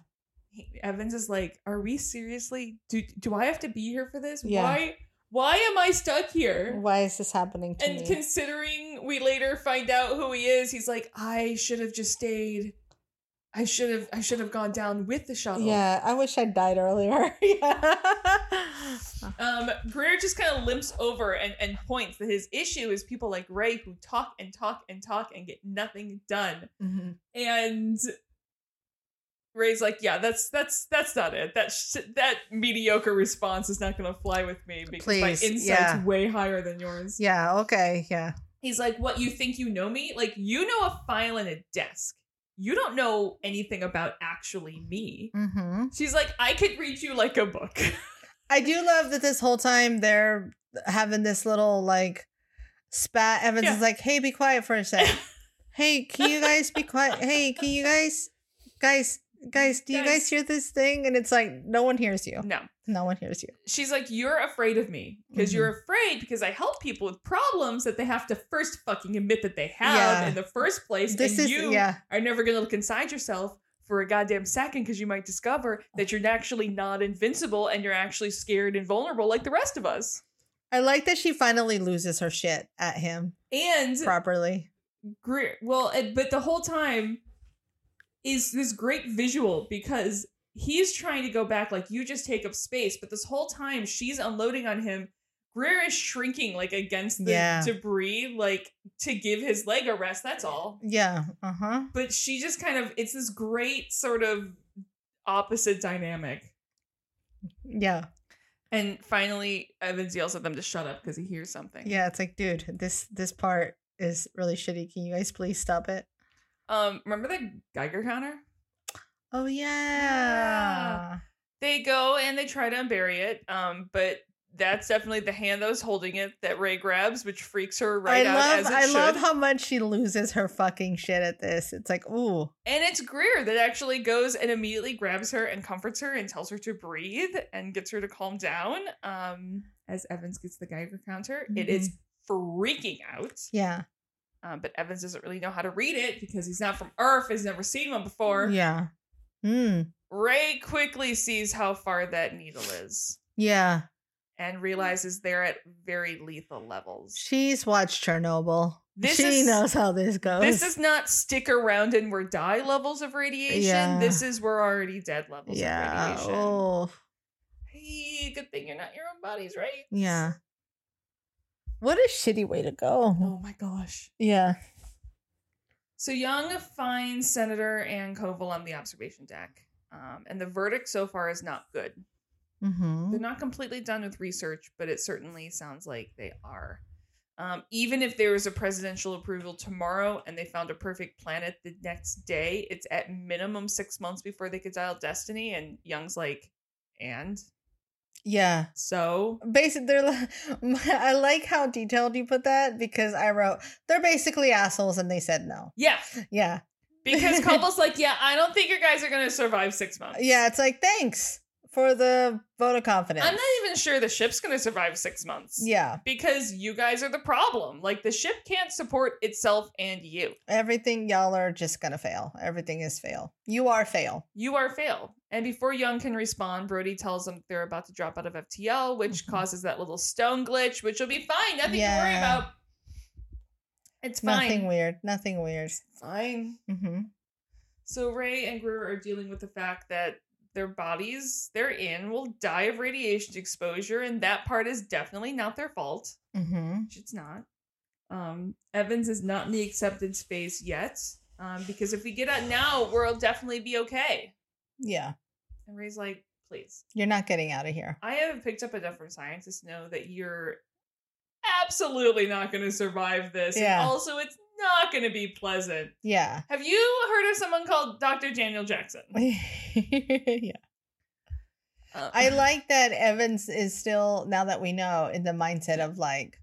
Speaker 2: he- Evans is like, "Are we seriously? Do do I have to be here for this?
Speaker 3: Yeah.
Speaker 2: Why why am I stuck here?"
Speaker 3: Why is this happening to
Speaker 2: And
Speaker 3: me?
Speaker 2: considering we later find out who he is, he's like, "I should have just stayed. I should have I should have gone down with the shuttle."
Speaker 3: yeah. I wish I died earlier. yeah.
Speaker 2: Um, Greer just kind of limps over and and points that his issue is people like Ray who talk and talk and talk and get nothing done.
Speaker 3: Mhm.
Speaker 2: And Ray's like, "Yeah, that's that's that's not it. That sh- that mediocre response is not going to fly with me because my
Speaker 3: Please,
Speaker 2: insight's
Speaker 3: yeah.
Speaker 2: way higher than yours."
Speaker 3: Yeah, okay, yeah.
Speaker 2: He's like, "What you think you know me? Like you know a file in a desk. You don't know anything about actually me."
Speaker 3: Mm-hmm.
Speaker 2: She's like, "I could read you like a book."
Speaker 3: I do love that this whole time they're having this little like spat. Evans
Speaker 2: Yeah.
Speaker 3: is like, hey, be quiet for a sec. hey, can you guys be quiet? Hey, can you guys, guys, guys, do you guys.
Speaker 2: Guys.
Speaker 3: hear this thing? And it's like, no one hears you.
Speaker 2: no.
Speaker 3: No one hears you.
Speaker 2: She's like, "You're afraid of me because
Speaker 3: Mhm.
Speaker 2: you're afraid because I help people with problems that they have to first fucking admit that they have
Speaker 3: Yeah.
Speaker 2: in the first place."
Speaker 3: This
Speaker 2: and
Speaker 3: is,
Speaker 2: you
Speaker 3: yeah,
Speaker 2: are never going to look inside yourself for a goddamn second because you might discover that you're actually not invincible and you're actually scared and vulnerable like the rest of us.
Speaker 3: I like that she finally loses her shit at him
Speaker 2: And
Speaker 3: properly.
Speaker 2: Greer, well, and- but the whole time is this great visual because he's trying to go back, like, you just take up space. But this whole time, she's unloading on him. Greer is shrinking, like, against the
Speaker 3: Yeah.
Speaker 2: debris, like, to give his leg a rest. That's all.
Speaker 3: Yeah. Uh huh.
Speaker 2: But she just kind of, it's this great sort of opposite dynamic.
Speaker 3: Yeah.
Speaker 2: And finally, Evans yells at them to shut up because he hears something.
Speaker 3: Yeah. It's like, dude, this this part is really shitty. Can you guys please stop it?
Speaker 2: Um, remember the Geiger counter?
Speaker 3: Oh yeah.
Speaker 2: They go and they try to unbury it. Um, but that's definitely the hand that was holding it that Ray grabs, which freaks her right
Speaker 3: I
Speaker 2: out as
Speaker 3: love
Speaker 2: it
Speaker 3: I
Speaker 2: should.
Speaker 3: love how much she loses her fucking shit at this. It's like, ooh.
Speaker 2: and it's Greer that actually goes and immediately grabs her and comforts her and tells her to breathe and gets her to calm down. Um, as Evans gets the Geiger counter, It is
Speaker 3: Mm-hmm.
Speaker 2: freaking out.
Speaker 3: Yeah.
Speaker 2: Um, but Evans doesn't really know how to read it because he's not from Earth, has never seen one before.
Speaker 3: Yeah. Hmm.
Speaker 2: Ray quickly sees how far that needle is
Speaker 3: Yeah.
Speaker 2: and realizes they're at very lethal levels.
Speaker 3: She's watched Chernobyl.
Speaker 2: This
Speaker 3: she
Speaker 2: is-
Speaker 3: knows how this goes.
Speaker 2: This is not stick around and we're die levels of radiation.
Speaker 3: Yeah.
Speaker 2: This is we're already dead levels
Speaker 3: yeah.
Speaker 2: of radiation.
Speaker 3: Oh.
Speaker 2: Hey, good thing you're not your own body's right?
Speaker 3: Yeah. What a shitty way to go.
Speaker 2: Oh my gosh.
Speaker 3: Yeah.
Speaker 2: So Young finds Senator and Koval on the observation deck. Um, and the verdict so far is not good.
Speaker 3: Mm-hmm.
Speaker 2: They're not completely done with research, but it certainly sounds like they are. Um, even if there was a presidential approval tomorrow and they found a perfect planet the next day, it's at minimum six months before they could dial destiny. And Young's like, and
Speaker 3: Yeah.
Speaker 2: so
Speaker 3: Basically, they're. li- I like how detailed you put that because I wrote they're basically assholes and they said no.
Speaker 2: yeah,
Speaker 3: Yeah,
Speaker 2: because Koval's like, yeah, I don't think your guys are gonna survive six months.
Speaker 3: yeah. It's like thanks for the vote of confidence.
Speaker 2: I'm not even sure the ship's gonna survive six months.
Speaker 3: yeah,
Speaker 2: because you guys are the problem. Like the ship can't support itself and you.
Speaker 3: everything y'all are just gonna fail. Everything is fail. You are fail.
Speaker 2: you are fail. And before Young can respond, Brody tells them they're about to drop out of FTL, which
Speaker 3: Mhm.
Speaker 2: causes that little stone glitch, which will be fine. Nothing to worry
Speaker 3: Yeah.
Speaker 2: about. It's fine.
Speaker 3: Nothing weird. Nothing weird.
Speaker 2: Fine.
Speaker 3: Mm-hmm.
Speaker 2: So Ray and Greer are dealing with the fact that their bodies they're in will die of radiation exposure, and that part is definitely not their fault.
Speaker 3: Mm-hmm.
Speaker 2: Which it's not. Um, Evans is not in the acceptance phase yet, um, because if we get out now, we'll definitely be okay.
Speaker 3: Yeah,
Speaker 2: And Ray's like, please.
Speaker 3: you're not getting out of here.
Speaker 2: I haven't picked up enough from scientists to know that you're absolutely not going to survive this.
Speaker 3: Yeah.
Speaker 2: And also, it's not going to be pleasant.
Speaker 3: Yeah.
Speaker 2: Have you heard of someone called Dr. Daniel Jackson?
Speaker 3: yeah.
Speaker 2: Uh,
Speaker 3: I like that Evans is still now that we know in the mindset of like,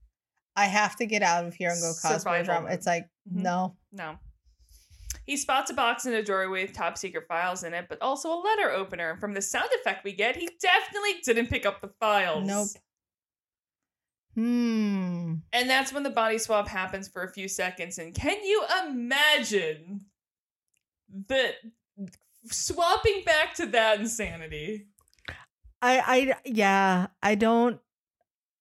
Speaker 3: I have to get out of here and go cause more
Speaker 2: Survival
Speaker 3: drama.
Speaker 2: mode.
Speaker 3: It's like
Speaker 2: Mhm.
Speaker 3: no,
Speaker 2: No. He spots a box in a doorway with top secret files in it, but also a letter opener. And from the sound effect we get, he definitely didn't pick up the files.
Speaker 3: nope. Hmm.
Speaker 2: And that's when the body swap happens for a few seconds. And can you imagine the swapping back to that insanity?
Speaker 3: I I yeah. I don't.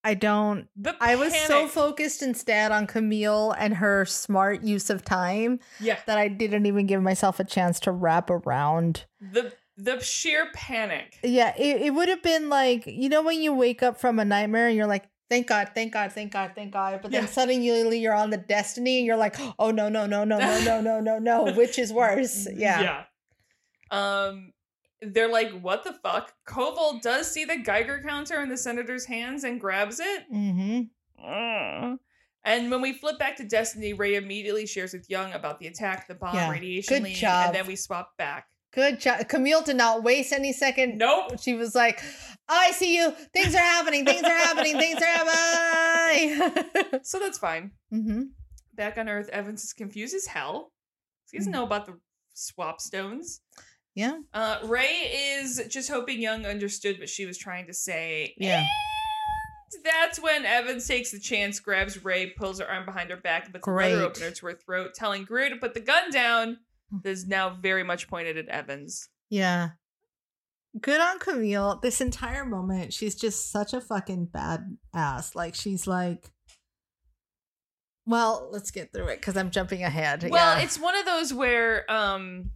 Speaker 3: I don't.
Speaker 2: The
Speaker 3: I was so
Speaker 2: panic.
Speaker 3: focused instead on Camille and her smart use of time
Speaker 2: yeah
Speaker 3: that I didn't even give myself a chance to wrap around.
Speaker 2: the the sheer panic.
Speaker 3: Yeah, it, it would have been like, you know, when you wake up from a nightmare and you're like, thank God, thank God, thank God, thank God. But then
Speaker 2: Yeah.
Speaker 3: suddenly you're on the destiny and you're like, oh, no, no, no, no, no, no, no, no, no. Which is
Speaker 2: Mm,
Speaker 3: worse? Yeah.
Speaker 2: Yeah. Mm-hmm. Um, they're like, what the fuck? Koval does see the Geiger counter in the senator's hands and grabs it.
Speaker 3: Mm-hmm.
Speaker 2: Mm. And when we flip back to Destiny, Ray immediately shares with Young about the attack, the bomb,
Speaker 3: Yeah.
Speaker 2: radiation
Speaker 3: Good
Speaker 2: leak,
Speaker 3: job.
Speaker 2: and then we swap back.
Speaker 3: Good job. Camille did not waste any second.
Speaker 2: Nope.
Speaker 3: She was like, I see you. Things are happening. Things are happening. Things are happening.
Speaker 2: So that's fine.
Speaker 3: mm-hmm.
Speaker 2: Back on Earth, Evans is confused as hell. He
Speaker 3: Hmm.
Speaker 2: doesn't know about the swap stones.
Speaker 3: Yeah.
Speaker 2: Uh, Ray is just hoping Young understood what she was trying to say.
Speaker 3: Yeah.
Speaker 2: And that's when Evans takes the chance, grabs Ray, pulls her arm behind her back, and puts
Speaker 3: Great.
Speaker 2: another opener to her throat, telling Greer to put the gun down.
Speaker 3: Hmm.
Speaker 2: That is now very much pointed at Evans.
Speaker 3: Yeah. Good on Camille. This entire moment, she's just such a fucking bad ass. Like she's like well, let's get through it because I'm jumping ahead.
Speaker 2: Well,
Speaker 3: yeah.
Speaker 2: it's one of those where um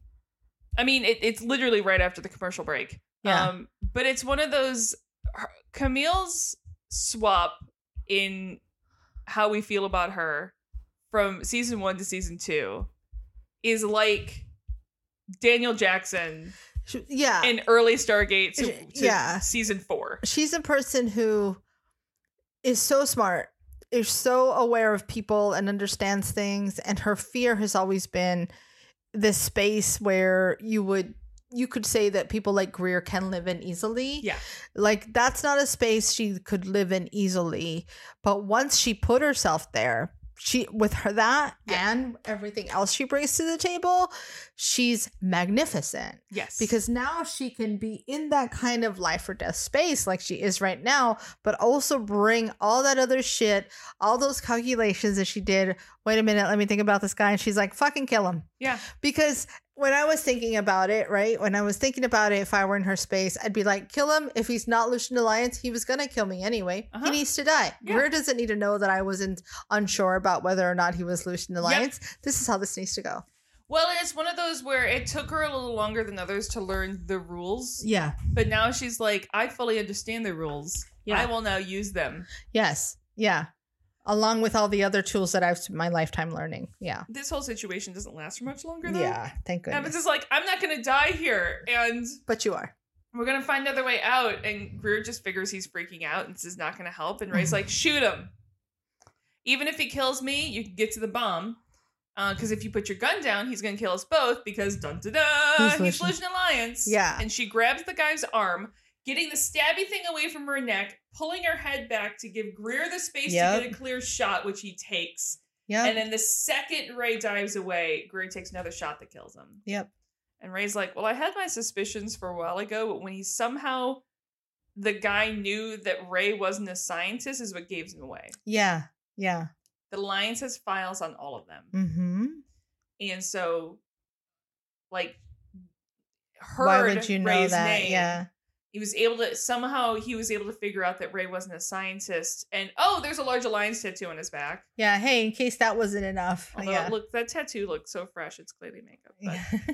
Speaker 2: I mean, it, it's literally right after the commercial break.
Speaker 3: Yeah.
Speaker 2: Um, but it's one of those her- Camille's swap in how we feel about her from season one to season two is like Daniel Jackson
Speaker 3: She- yeah.
Speaker 2: in early Stargate to, to
Speaker 3: Uh, eh, Yeah.
Speaker 2: season four.
Speaker 3: she's a person who is so smart is so aware of people and understands things and her fear has always been this space where you would you could say that people like greer can live in easily
Speaker 2: Yeah.
Speaker 3: like that's not a space she could live in easily but once she put herself there she with her that and everything else she brings to the table she's magnificent
Speaker 2: Yes.
Speaker 3: because now she can be in that kind of life or death space like she is right now but also bring all that other shit all those calculations that she did wait a minute let me think about this guy and she's like fucking kill him
Speaker 2: Yeah.
Speaker 3: because when i was thinking about it right when i was thinking about it if i were in her space i'd be like kill him if he's not lucian alliance he was gonna kill me anyway
Speaker 2: Uh-huh.
Speaker 3: he needs to die
Speaker 2: Yeah.
Speaker 3: Greer doesn't need to know that i wasn't unsure about whether or not he was lucian alliance this is how this needs to go
Speaker 2: well, and it's one of those where it took her a little longer than others to learn the rules,
Speaker 3: yeah
Speaker 2: but now she's like, I fully understand the rules.
Speaker 3: Yeah.
Speaker 2: I will now use them.
Speaker 3: Yes. Yeah. Along with all the other tools that I've spent my lifetime learning. Yeah.
Speaker 2: This whole situation doesn't last for much longer, though.
Speaker 3: Yeah. Thank
Speaker 2: Evans
Speaker 3: goodness.
Speaker 2: is like, I'm not going to die here, and
Speaker 3: But you are.
Speaker 2: we're going to find another way out. And Greer just figures he's freaking out, and this is not going to help. And Ray's like, shoot him. Even if he kills me, you can get to the bomb. Because if you put your gun down, he's going to kill us both because dun da da,
Speaker 3: He's
Speaker 2: he's
Speaker 3: Lucian.
Speaker 2: Lucian Alliance.
Speaker 3: Yeah.
Speaker 2: And she grabs the guy's arm, getting the stabby thing away from her neck, pulling her head back to give Greer the space
Speaker 3: Yep.
Speaker 2: to get a clear shot, which he takes.
Speaker 3: Yep.
Speaker 2: And then the second Ray dives away, Greer takes another shot that kills him.
Speaker 3: yep.
Speaker 2: And Ray's like, Well, I had my suspicions for a while ago, but when he somehow the guy knew that Ray wasn't a scientist is what gave him away.
Speaker 3: Yeah. Yeah.
Speaker 2: The Alliance has files on all of them.
Speaker 3: Mm-hmm.
Speaker 2: And so like heard
Speaker 3: Why would you know
Speaker 2: Ray's
Speaker 3: that?
Speaker 2: name.
Speaker 3: Yeah.
Speaker 2: He was able to somehow he was able to figure out that Ray wasn't a scientist. And oh, there's a large alliance tattoo on his back.
Speaker 3: Yeah. Hey, in case that wasn't enough.
Speaker 2: Although
Speaker 3: Oh, yeah.
Speaker 2: look, that tattoo looks so fresh, it's clearly makeup. But
Speaker 3: Yeah.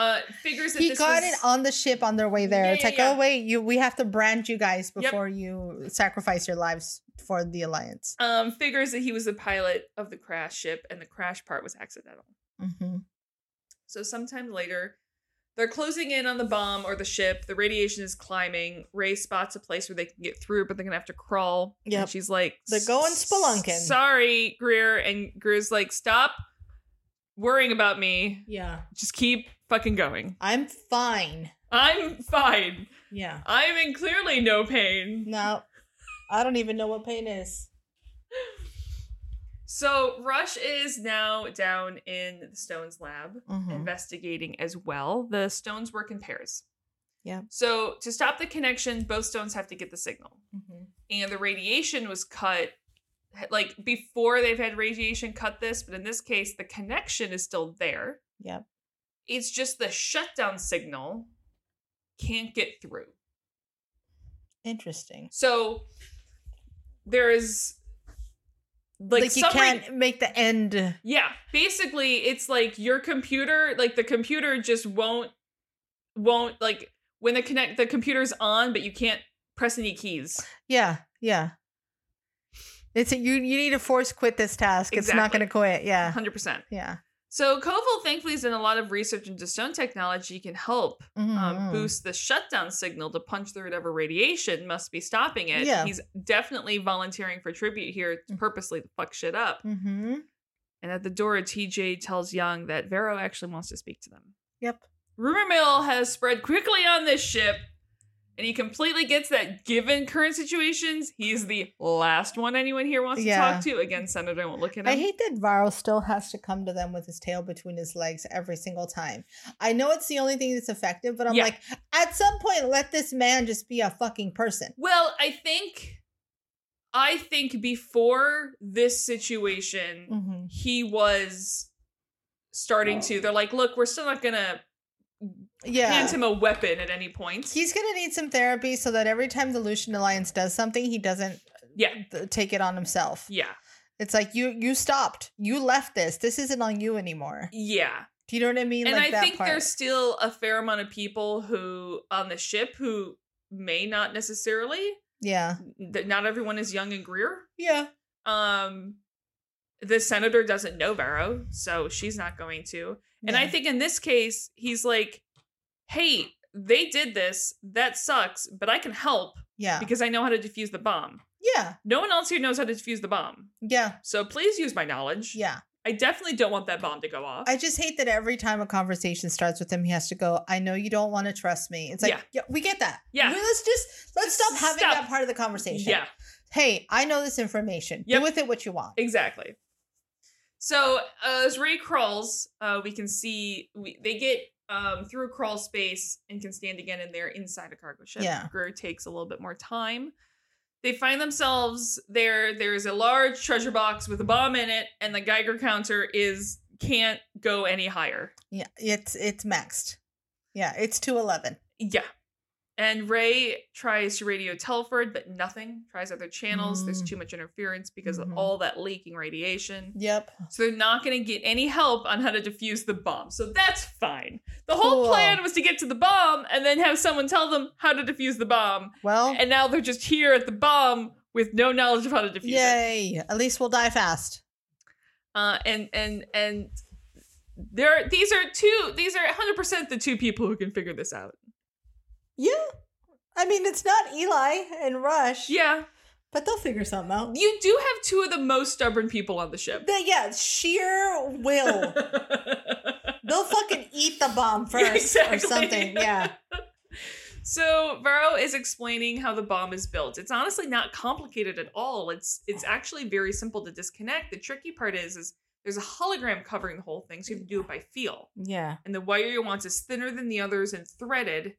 Speaker 2: uh figures that
Speaker 3: he
Speaker 2: this
Speaker 3: got
Speaker 2: was-
Speaker 3: it on the ship on their way there.
Speaker 2: Yeah,
Speaker 3: it's
Speaker 2: yeah,
Speaker 3: like,
Speaker 2: yeah.
Speaker 3: oh wait, you we have to brand you guys
Speaker 2: Yep.
Speaker 3: before you sacrifice your lives for the alliance.
Speaker 2: um, figures that he was the pilot of the crash ship and the crash part was accidental.
Speaker 3: Mm-hmm.
Speaker 2: So sometime later, they're closing in on the bomb or the ship. The radiation is climbing. Ray spots a place where they can get through, but they're gonna have to crawl. Yeah,
Speaker 3: Yep.
Speaker 2: And she's like,
Speaker 3: They're going
Speaker 2: "S-
Speaker 3: spelunking."
Speaker 2: Sorry, Greer. And Greer's like, stop worrying about me.
Speaker 3: Yeah.
Speaker 2: Just keep fucking going.
Speaker 3: I'm fine.
Speaker 2: I'm fine.
Speaker 3: Yeah.
Speaker 2: I'm in clearly no pain.
Speaker 3: No. I don't even know what pain is.
Speaker 2: So Rush is now down in the Stones lab.
Speaker 3: Mm-hmm.
Speaker 2: investigating as well. The stones work in pairs.
Speaker 3: Yeah.
Speaker 2: So to stop the connection, both stones have to get the signal.
Speaker 3: Mm-hmm.
Speaker 2: And the radiation was cut like before they've had radiation cut this, but in this case, the connection is still there.
Speaker 3: Yep.
Speaker 2: It's just the shutdown signal can't get through.
Speaker 3: Interesting.
Speaker 2: So there is like,
Speaker 3: like, you
Speaker 2: some re-
Speaker 3: can't make the end uh,
Speaker 2: Yeah, basically it's like your computer, like the computer just won't won't like when the connect the computer's on but you can't press any keys.
Speaker 3: yeah yeah it's a, you you need to force quit this task it's not
Speaker 2: Exactly. Uh-huh.
Speaker 3: going to quit yeah
Speaker 2: 100%.
Speaker 3: yeah
Speaker 2: So Koval thankfully has done a lot of research into stone technology can help um,
Speaker 3: Mhm.
Speaker 2: boost the shutdown signal to punch through whatever radiation must be stopping it.
Speaker 3: Yeah.
Speaker 2: He's definitely volunteering for tribute here to
Speaker 3: Mhm.
Speaker 2: purposely to fuck shit up.
Speaker 3: Mhm.
Speaker 2: And at the door, TJ tells Young that Vero actually wants to speak to them.
Speaker 3: Yep.
Speaker 2: Rumor mill has spread quickly on this ship, and he completely gets that given current situations, he's the last one anyone here wants
Speaker 3: Yeah.
Speaker 2: to talk to. Again, Senator won't look at him.
Speaker 3: I hate that Varro still has to come to them with his tail between his legs every single time. I know it's the only thing that's effective, but I'm
Speaker 2: Yeah.
Speaker 3: like, at some point, let this man just be a fucking person.
Speaker 2: well, I think, I think before this situation,
Speaker 3: Mm-hmm.
Speaker 2: he was starting to. They're like, look, we're still not gonna
Speaker 3: Yeah.
Speaker 2: hand him a weapon at any point.
Speaker 3: He's going to need some therapy so that every time the Lucian Alliance does something, he doesn't
Speaker 2: yeah,
Speaker 3: th- take it on himself.
Speaker 2: yeah.
Speaker 3: It's like you you stopped. You left this. This isn't on you anymore.
Speaker 2: Yeah.
Speaker 3: Do you know what I mean?
Speaker 2: and
Speaker 3: like
Speaker 2: I
Speaker 3: that
Speaker 2: think
Speaker 3: part.
Speaker 2: there's still a fair amount of people who on the ship who may not necessarily
Speaker 3: yeah,
Speaker 2: that not everyone is young and Greer.
Speaker 3: yeah,
Speaker 2: Um, the senator doesn't know Barrow, so she's not going to. And I
Speaker 3: yeah.
Speaker 2: think in this case, he's like, "Hey, they did this. That sucks, but I can help
Speaker 3: yeah,
Speaker 2: because I know how to defuse the bomb.
Speaker 3: yeah,
Speaker 2: No one else here knows how to defuse the bomb,
Speaker 3: yeah,
Speaker 2: so please use my knowledge.
Speaker 3: yeah.
Speaker 2: I definitely don't want that bomb to go off.
Speaker 3: I just hate that every time a conversation starts with him, he has to go. I know you don't want to trust me. It's like, yeah,
Speaker 2: Yeah.
Speaker 3: we get that.
Speaker 2: Yeah.
Speaker 3: We- let's just
Speaker 2: Just
Speaker 3: let's stop having
Speaker 2: stop.
Speaker 3: that part of the conversation.
Speaker 2: yeah,
Speaker 3: Hey, I know this information.
Speaker 2: Yep.
Speaker 3: Do with it what you want.
Speaker 2: Exactly. So uh, as Ray crawls, uh, we can see we, they get um, through crawl space and can stand again, and they're inside a cargo ship.
Speaker 3: Yeah.
Speaker 2: Greer takes a little bit more time. They find themselves there. There's a large treasure box with a bomb in it, and the Geiger counter is can't go any higher.
Speaker 3: Yeah, it's it's maxed. Yeah, it's two eleven.
Speaker 2: Yeah. And Ray tries to radio Telford, but nothing. Tries other channels. There's
Speaker 3: Mm.
Speaker 2: too much interference because
Speaker 3: Mhm.
Speaker 2: of all that leaking radiation.
Speaker 3: Yep.
Speaker 2: So they're not going to get any help on how to defuse the bomb. So that's fine. The whole
Speaker 3: Cool.
Speaker 2: plan was to get to the bomb and then have someone tell them how to defuse the bomb.
Speaker 3: Well,
Speaker 2: And now they're just here at the bomb with no knowledge of how to defuse it.
Speaker 3: yay! At least we'll die fast.
Speaker 2: Uh, and and and there these are two these are 100% the two people who can figure this out.
Speaker 3: Yeah. I mean, it's not Eli and Rush.
Speaker 2: Yeah.
Speaker 3: But they'll figure something out.
Speaker 2: You do have two of the most stubborn people on the ship.
Speaker 3: They- yeah, sheer will. they'll fucking eat the bomb first or
Speaker 2: Exactly.
Speaker 3: something. Yeah.
Speaker 2: So Varro is explaining how the bomb is built. It's honestly not complicated at all. It's it's actually very simple to disconnect. The tricky part is is there's a hologram covering the whole thing, so you have to do it by feel.
Speaker 3: Yeah.
Speaker 2: And the wire you want is thinner than the others and threaded.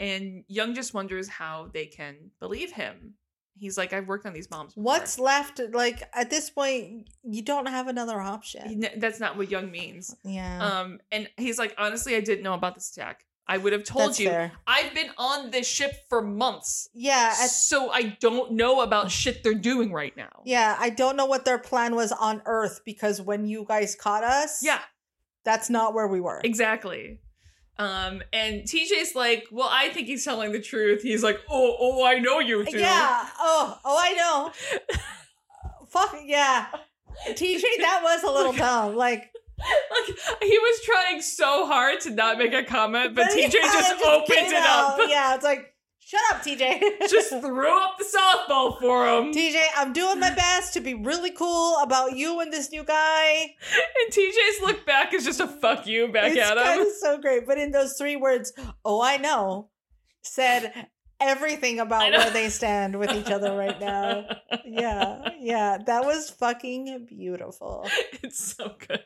Speaker 2: And Young just wonders how they can believe him. He's like, I've worked on these bombs. before."
Speaker 3: What's left? Like at this point, you don't have another
Speaker 2: He-
Speaker 3: option.
Speaker 2: no, that's not what Young means.
Speaker 3: Yeah.
Speaker 2: Um, and he's like, honestly, I didn't know about this attack. I would have told
Speaker 3: That's
Speaker 2: you.
Speaker 3: fair.
Speaker 2: I've been on this ship for months.
Speaker 3: Yeah. at-
Speaker 2: so I don't know about shit they're doing right now.
Speaker 3: yeah. I don't know what their plan was on Earth because when you guys caught us,
Speaker 2: Yeah,
Speaker 3: that's not where we were.
Speaker 2: exactly. Um, and TJ's like, well, I think he's telling the truth. He's like, oh, oh, I know you do.
Speaker 3: Yeah. Oh. Oh, I know. Fuck yeah. TJ, that was a little dumb. Like,
Speaker 2: Like he was trying so hard to not make a comment, but,
Speaker 3: yeah,
Speaker 2: TJ just
Speaker 3: it
Speaker 2: opened
Speaker 3: came
Speaker 2: it up.
Speaker 3: out. Yeah, it's like, shut up, TJ.
Speaker 2: just threw up the softball for him.
Speaker 3: TJ, I'm doing my best to be really cool about you and this new guy.
Speaker 2: and TJ's look back is just a fuck you back
Speaker 3: it's
Speaker 2: at
Speaker 3: kind
Speaker 2: him.
Speaker 3: of so great. But in those three words, oh, I know, said everything
Speaker 2: I
Speaker 3: about
Speaker 2: know.
Speaker 3: where they stand with each other right now. Yeah, yeah, that was fucking beautiful.
Speaker 2: it's so good.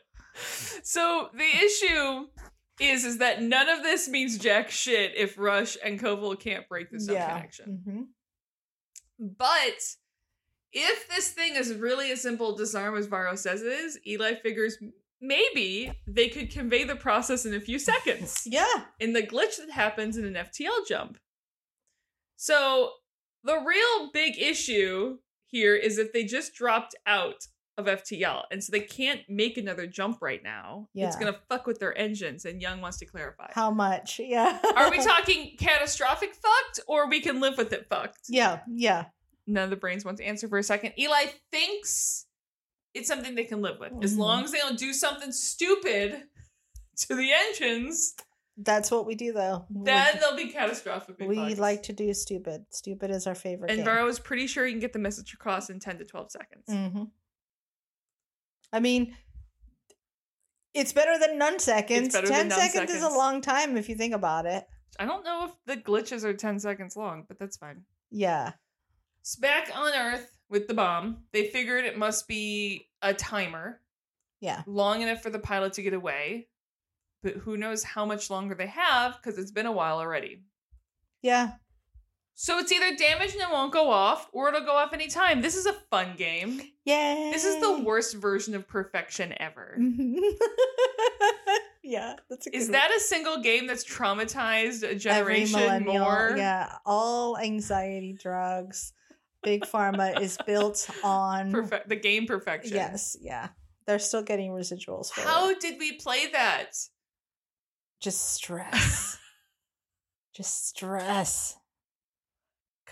Speaker 2: So the issue is is that none of this means jack shit if Rush and Koval can't break this up
Speaker 3: yeah.
Speaker 2: connection.
Speaker 3: Mhm.
Speaker 2: But if this thing is really as simple disarm as Varro says it is, Eli figures maybe they could convey the process in a few seconds
Speaker 3: Yeah,
Speaker 2: in the glitch that happens in an FTL jump. So the real big issue here is if they just dropped out of FTL and so they can't make another jump right now. It's
Speaker 3: Yeah.
Speaker 2: going to fuck with their engines and Young wants to clarify.
Speaker 3: how much? Yeah.
Speaker 2: are we talking catastrophic fucked or we can live with it fucked?
Speaker 3: Yeah, yeah.
Speaker 2: None of the brains want to answer for a second. Eli thinks it's something they can live with. As
Speaker 3: Mhm.
Speaker 2: long as they don't do something stupid to the engines,
Speaker 3: That's what we do, though. We-
Speaker 2: then they'll be catastrophic.
Speaker 3: we, like to do stupid. Stupid is our favorite.
Speaker 2: And
Speaker 3: game.
Speaker 2: Varro is pretty sure you can get the message across in 10 to 12 seconds.
Speaker 3: hmm I mean, it's better than none seconds.
Speaker 2: better than
Speaker 3: Ten
Speaker 2: none
Speaker 3: seconds, is a
Speaker 2: seconds.
Speaker 3: long time if you think about it.
Speaker 2: I don't know if the glitches are 10 seconds long, but that's fine.
Speaker 3: Yeah.
Speaker 2: So back on Earth with the bomb, they figured it must be a timer
Speaker 3: Yeah.
Speaker 2: long enough for the pilot to get away. But who knows how much longer they have because it's been a while already.
Speaker 3: Yeah.
Speaker 2: So it's either damaged and it won't go off or it'll go off anytime. This is a fun game.
Speaker 3: Yay.
Speaker 2: This is
Speaker 3: Mm.
Speaker 2: the worst version of perfection ever.
Speaker 3: Mhm. yeah. That's a good
Speaker 2: Is
Speaker 3: one.
Speaker 2: that a single game that's traumatized a
Speaker 3: Every
Speaker 2: generation
Speaker 3: millennial-
Speaker 2: more?
Speaker 3: Yeah. All anxiety drugs. Big pharma is built on.
Speaker 2: Perfect the game perfection.
Speaker 3: Yes. Yeah. They're still getting residuals for it.
Speaker 2: How did we play that?
Speaker 4: Just stress. Just stress.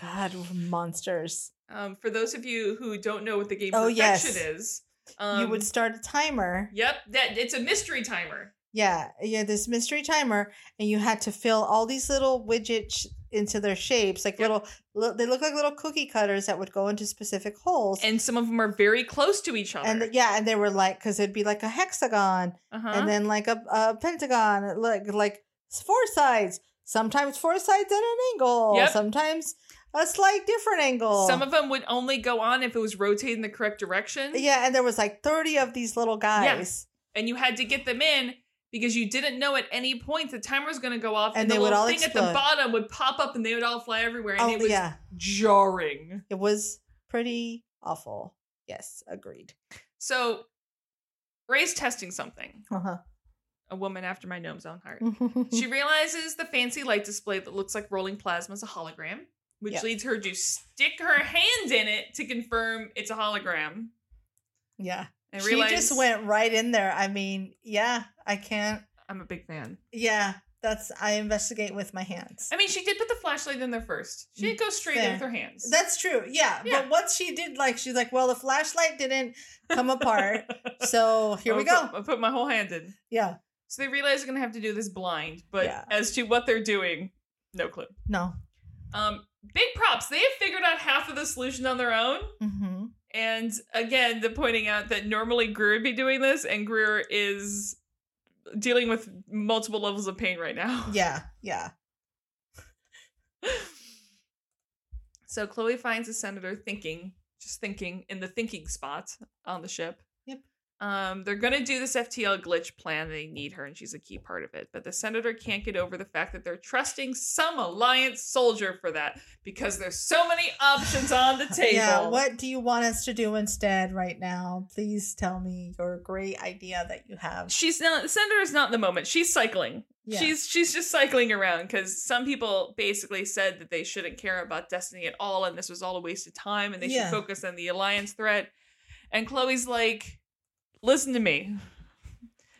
Speaker 4: God, we're monsters.
Speaker 2: Um, for those of you who don't know what the game
Speaker 3: Oh, yes.
Speaker 2: Perfection is, um,
Speaker 3: you would start a timer.
Speaker 2: Yep, that it's a mystery timer.
Speaker 3: Yeah, yeah, this mystery timer, and you had to fill all these little widgets into their shapes, like
Speaker 2: Yep.
Speaker 3: little. Li- they look like little cookie cutters that would go into specific holes.
Speaker 2: And some of them are very close to each other.
Speaker 3: And th- yeah, and they were like, because it'd be like a hexagon,
Speaker 2: uh-huh.
Speaker 3: and then like a, a pentagon, like like s- four sides. Sometimes four sides at an angle.
Speaker 2: Yep.
Speaker 3: Sometimes a slight different angle.
Speaker 2: some of them would only go on if it was rotating the correct direction.
Speaker 3: yeah, and there was like thirty of these little guys,
Speaker 2: And you had to get them in because you didn't know at any point the timer was going to go off
Speaker 3: And
Speaker 2: and,
Speaker 3: they
Speaker 2: the
Speaker 3: would
Speaker 2: little
Speaker 3: all
Speaker 2: thing at
Speaker 3: explode.
Speaker 2: the bottom would pop up and they would all fly everywhere. And
Speaker 3: oh
Speaker 2: it was
Speaker 3: yeah,
Speaker 2: jarring.
Speaker 3: it was pretty awful. Yes, agreed.
Speaker 2: So, Ray's testing something.
Speaker 3: Uh huh.
Speaker 2: A woman after my gnome's own heart. she realizes the fancy light display that looks like rolling plasma is a hologram, which
Speaker 3: Yeah.
Speaker 2: leads her to stick her hand in it to confirm it's a hologram.
Speaker 3: yeah.
Speaker 2: And
Speaker 3: She
Speaker 2: realize
Speaker 3: just went right in there. I mean, yeah, I can't.
Speaker 2: I'm a big fan.
Speaker 3: Yeah, that's I investigate with my hands.
Speaker 2: I mean, she did put the flashlight in there first. She did go straight
Speaker 3: Fair.
Speaker 2: in with her hands.
Speaker 3: That's true. Yeah,
Speaker 2: Yeah.
Speaker 3: But what she did, like, she's like, well, the flashlight didn't come apart. So here we go.
Speaker 2: I put my whole hand in.
Speaker 3: Yeah.
Speaker 2: So they realize they're gonna have to do this blind, but
Speaker 3: Yeah.
Speaker 2: as to what they're doing, no clue.
Speaker 3: No.
Speaker 2: Um, big props. They have figured out half of the solution on their own.
Speaker 3: Mm-hmm.
Speaker 2: And again, the pointing out that normally Greer would be doing this, and Greer is dealing with multiple levels of pain right now.
Speaker 3: Yeah. Yeah.
Speaker 2: So Chloe finds the senator thinking, just thinking in the thinking spot on the ship.
Speaker 3: Yep.
Speaker 2: Um, they're gonna do this FTL glitch plan. They need her, and she's a key part of it. But the senator can't get over the fact that they're trusting some alliance soldier for that because there's so many options on the table.
Speaker 3: Yeah. What do you want us to do instead right now? Please tell me your great idea that you have.
Speaker 2: She's not. The senator's not in the moment. She's cycling.
Speaker 3: Yeah.
Speaker 2: She's she's just cycling around because some people basically said that they shouldn't care about destiny at all, and this was all a waste of time, and they
Speaker 3: Yeah.
Speaker 2: should focus on the alliance threat. And Chloe's like, "Listen to me.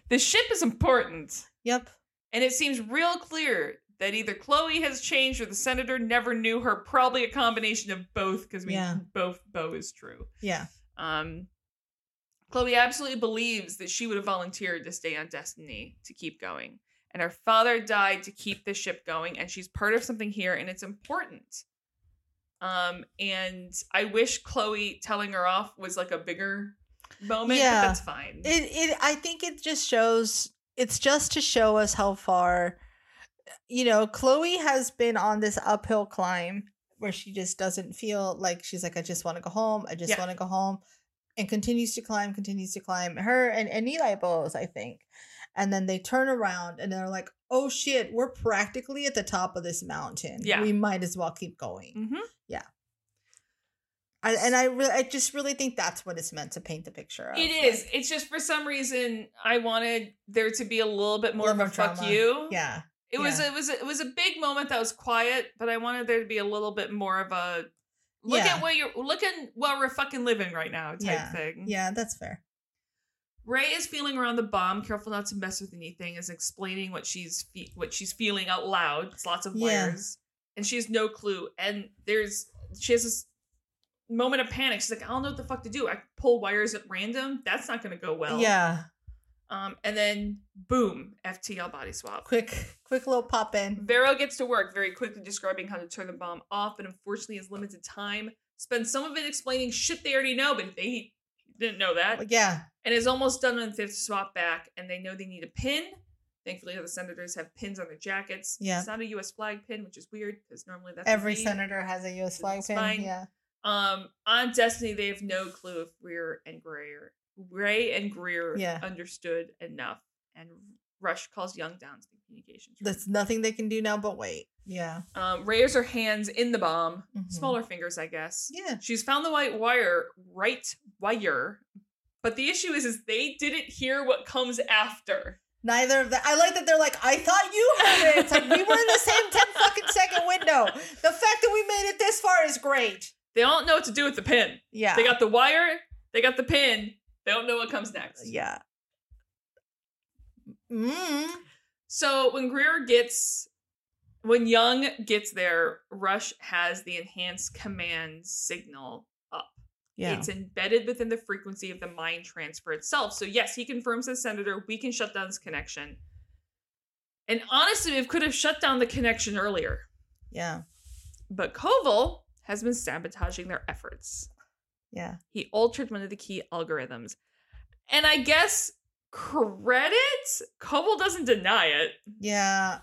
Speaker 2: The ship is important,
Speaker 3: Yep.
Speaker 2: and it seems real clear that either Chloe has changed or the senator never knew her. Probably a combination of both, because we
Speaker 3: Yeah.
Speaker 2: both Bo is true."
Speaker 3: Yeah.
Speaker 2: Um, Chloe absolutely believes that she would have volunteered to stay on Destiny to keep going. And her father died to keep the ship going, and she's part of something here, and it's important. Um, and I wish Chloe telling her off was like a bigger moment,
Speaker 3: Yeah.
Speaker 2: but that's fine.
Speaker 3: It, it, I think it just shows, it's just to show us how far, you know, Chloe has been on this uphill climb where she just doesn't feel like she's like, I just want to go home. I just
Speaker 2: Yeah.
Speaker 3: want to go home. And continues to climb, continues to climb. Her and, and Eli both, I think. And then they turn around and they're like, oh shit, we're practically at the top of this mountain.
Speaker 2: Yeah.
Speaker 3: We might as well keep going.
Speaker 2: Mhm.
Speaker 3: I, and I, re- I just really think that's what it's meant to paint the picture of.
Speaker 2: It is. It's just for some reason I wanted there to be a little bit more of
Speaker 3: Little
Speaker 2: a
Speaker 3: more
Speaker 2: fuck
Speaker 3: drama.
Speaker 2: you.
Speaker 3: Yeah.
Speaker 2: It was
Speaker 3: Yeah.
Speaker 2: it was it was a big moment that was quiet, but I wanted there to be a little bit more of a look
Speaker 3: Yeah.
Speaker 2: at where you're look at where we're fucking living right now type thing.
Speaker 3: Yeah, that's fair.
Speaker 2: Ray is feeling around the bomb, careful not to mess with anything, is explaining what she's fe- what she's feeling out loud. It's lots of
Speaker 3: Yeah.
Speaker 2: wires, and she has no clue. And there's she has this moment of panic. She's like, I don't know what the fuck to do. I pull wires at random. That's not gonna go well.
Speaker 3: yeah,
Speaker 2: Um, and then boom, FTL body swap.
Speaker 3: quick, quick little pop in.
Speaker 2: Vero gets to work very quickly describing how to turn the bomb off, but unfortunately has limited time. Spends some of it explaining shit they already know, but they didn't know that.
Speaker 3: Yeah,
Speaker 2: And is almost done when they have to swap back, and they know they need a pin. Thankfully, the senators have pins on their jackets.
Speaker 3: Yeah.
Speaker 2: It's not a U.S. flag pin, which is weird because normally that's a
Speaker 3: every
Speaker 2: V.
Speaker 3: senator has a U.S. flag
Speaker 2: It's
Speaker 3: pin.
Speaker 2: fine.
Speaker 3: Yeah,
Speaker 2: Um, on Destiny, they have no clue if Greer and Greer, Ray and Greer,
Speaker 3: Yeah.
Speaker 2: understood enough. And Rush calls Young down to the communications. room.
Speaker 3: that's nothing they can do now but wait. Yeah,
Speaker 2: Um, Ray's her hands in the bomb,
Speaker 3: Mhm.
Speaker 2: smaller fingers, I guess.
Speaker 3: yeah,
Speaker 2: She's found the white wire, right wire, but the issue is, is they didn't hear what comes after.
Speaker 3: neither of them. I like that they're like, I thought you had it. It's like we were in the same ten fucking second window. The fact that we made it this far is great.
Speaker 2: They don't know what to do with the pin.
Speaker 3: Yeah,
Speaker 2: They got the wire, they got the pin. They don't know what comes next.
Speaker 3: yeah. Mm.
Speaker 2: So when Greer gets, when Young gets there, Rush has the enhanced command signal up.
Speaker 5: Yeah.
Speaker 2: It's embedded within the frequency of the mind transfer itself. So yes, he confirms to the senator we can shut down this connection. And honestly, we could have shut down the connection earlier.
Speaker 3: Yeah.
Speaker 2: But Koval has been sabotaging their efforts.
Speaker 3: Yeah.
Speaker 2: He altered one of the key algorithms. And I guess credit? Koval doesn't deny it.
Speaker 3: Yeah.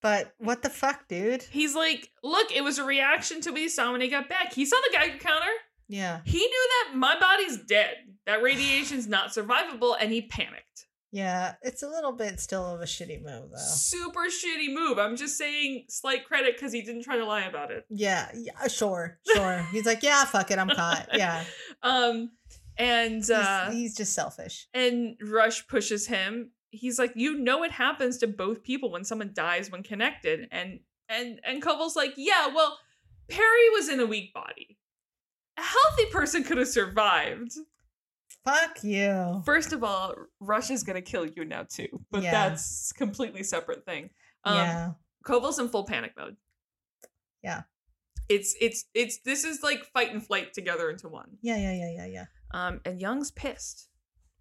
Speaker 3: But what the fuck, dude?
Speaker 2: He's like, look, it was a reaction to what he saw when he got back. He saw the Geiger counter.
Speaker 3: Yeah.
Speaker 2: He knew that my body's dead. That radiation's not survivable, and he panicked.
Speaker 3: Yeah. It's a little bit still of a shitty move, though.
Speaker 2: Super shitty move. I'm just saying slight credit because he didn't try to lie about it.
Speaker 3: Yeah. Yeah. Sure. Sure. He's like, yeah, fuck it. I'm caught. Yeah.
Speaker 2: Um, and
Speaker 3: He's-
Speaker 2: uh,
Speaker 3: he's just selfish.
Speaker 2: and Rush pushes him. He's like, you know, it happens to both people when someone dies when connected, and and and Koval's like, yeah, well, Perry was in a weak body. A healthy person could have survived.
Speaker 3: Fuck you.
Speaker 2: First of all, Russia's gonna kill you now too, but
Speaker 3: Yeah.
Speaker 2: that's completely separate thing. Um,
Speaker 3: yeah.
Speaker 2: Koval's in full panic mode.
Speaker 3: Yeah.
Speaker 2: It's it's it's this is like fight and flight together into one.
Speaker 3: Yeah. Yeah. Yeah. Yeah. Yeah.
Speaker 2: Um, and Young's pissed.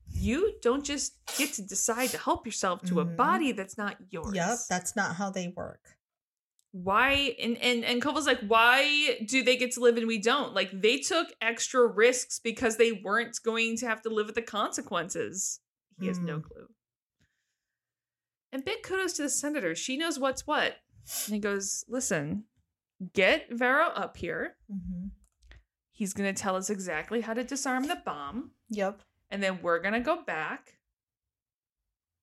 Speaker 2: You don't just get to decide to help yourself to a
Speaker 3: Mhm.
Speaker 2: body that's not yours.
Speaker 3: Yep. That's not how they work.
Speaker 2: why and and and Koval's like, why do they get to live and we don't? Like they took extra risks because they weren't going to have to live with the consequences. He has no clue. And big kudos to the senator. She knows what's what. And he goes, listen, get Vero up here.
Speaker 3: Mm-hmm.
Speaker 2: He's gonna tell us exactly how to disarm the bomb.
Speaker 3: Yep.
Speaker 2: and then we're gonna go back.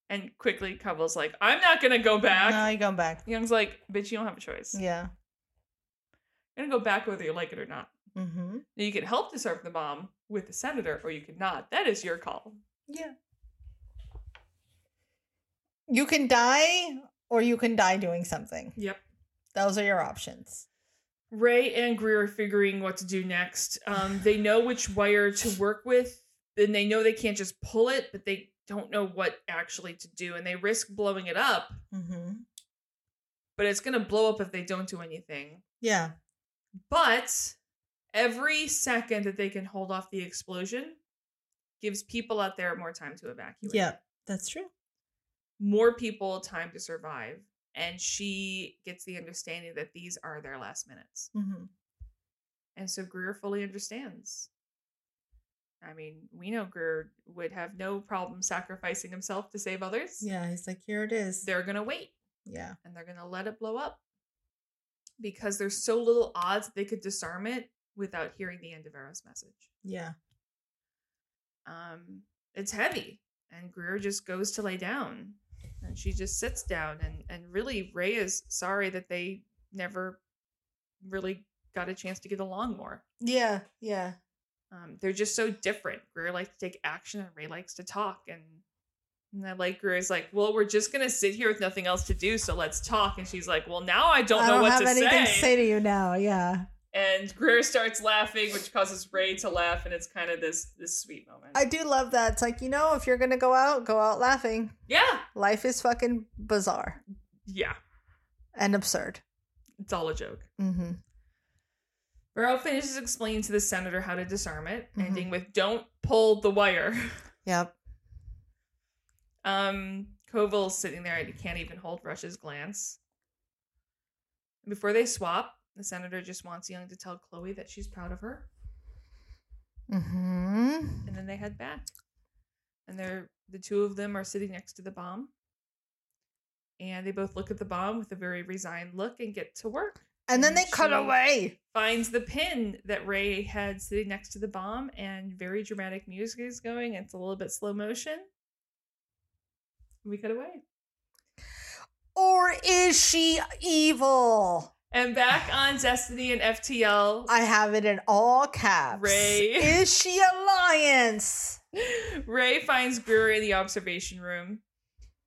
Speaker 2: And quickly, Koval's like, "I'm not gonna go back."
Speaker 3: No, you're going back.
Speaker 2: Young's like, "Bitch, you don't have a choice.
Speaker 3: Yeah.
Speaker 2: You're gonna go back whether you like it or not.
Speaker 3: Mm-hmm.
Speaker 2: Now, you can help disarm the bomb with the senator, or you could not. That is your call."
Speaker 3: Yeah. You can die or you can die doing something.
Speaker 2: Yep.
Speaker 3: Those are your options.
Speaker 2: Ray and Greer are figuring what to do next. Um, they know which wire to work with, and they know they can't just pull it, but they don't know what actually to do, and they risk blowing it up.
Speaker 3: Mm-hmm.
Speaker 2: But it's gonna blow up if they don't do anything.
Speaker 3: Yeah.
Speaker 2: But every second that they can hold off the explosion gives people out there more time to evacuate.
Speaker 3: Yep. That's true.
Speaker 2: More people time to survive. And she gets the understanding that these are their last minutes.
Speaker 3: Mm-hmm.
Speaker 2: And so Greer fully understands. I mean, we know Greer would have no problem sacrificing himself to save others.
Speaker 3: Yeah. He's like, here it is.
Speaker 2: They're going to wait
Speaker 3: Yeah.
Speaker 2: and they're going to let it blow up because there's so little odds they could disarm it without hearing the end of Eros' message.
Speaker 3: Yeah.
Speaker 2: um, it's heavy. And Greer just goes to lay down. And she just sits down. And, and really, Ray is sorry that they never really got a chance to get along more.
Speaker 3: Yeah. Yeah.
Speaker 2: Um, they're just so different. Greer likes to take action, and Ray likes to talk. And, and I like Greer's like, well, we're just going to sit here with nothing else to do. So let's talk. And she's like, well, now I don't
Speaker 6: I
Speaker 2: know
Speaker 6: don't
Speaker 2: what
Speaker 6: have
Speaker 2: to
Speaker 6: anything
Speaker 2: say.
Speaker 6: to say to you now. Yeah.
Speaker 2: And Greer starts laughing, which causes Ray to laugh. And it's kind of this this sweet moment.
Speaker 3: I do love that. It's like, you know, if you're going to go out, go out laughing.
Speaker 2: yeah.
Speaker 3: Life is fucking bizarre
Speaker 2: Yeah.
Speaker 3: and absurd.
Speaker 2: It's all a joke.
Speaker 3: Mm-hmm.
Speaker 2: Burrow finishes explaining to the senator how to disarm it,
Speaker 3: Mhm.
Speaker 2: ending with "Don't pull the wire."
Speaker 3: Yep.
Speaker 2: Um, Koval's sitting there and he can't even hold Rush's glance. Before they swap, the senator just wants Young to tell Chloe that she's proud of her,
Speaker 3: Mm-hmm.
Speaker 2: and then they head back. And they're the two of them are sitting next to the bomb, and they both look at the bomb with a very resigned look and get to work.
Speaker 3: And then
Speaker 2: And
Speaker 3: they cut
Speaker 2: she-
Speaker 3: away.
Speaker 2: finds the pin that Ray had sitting next to the bomb, and very dramatic music is going. It's a little bit slow motion. We cut away.
Speaker 3: Or is she evil?
Speaker 2: And back on Destiny and FTL,
Speaker 3: I have it in all caps.
Speaker 2: Ray.
Speaker 3: Is she alliance?
Speaker 2: Ray finds Brewer in the observation room.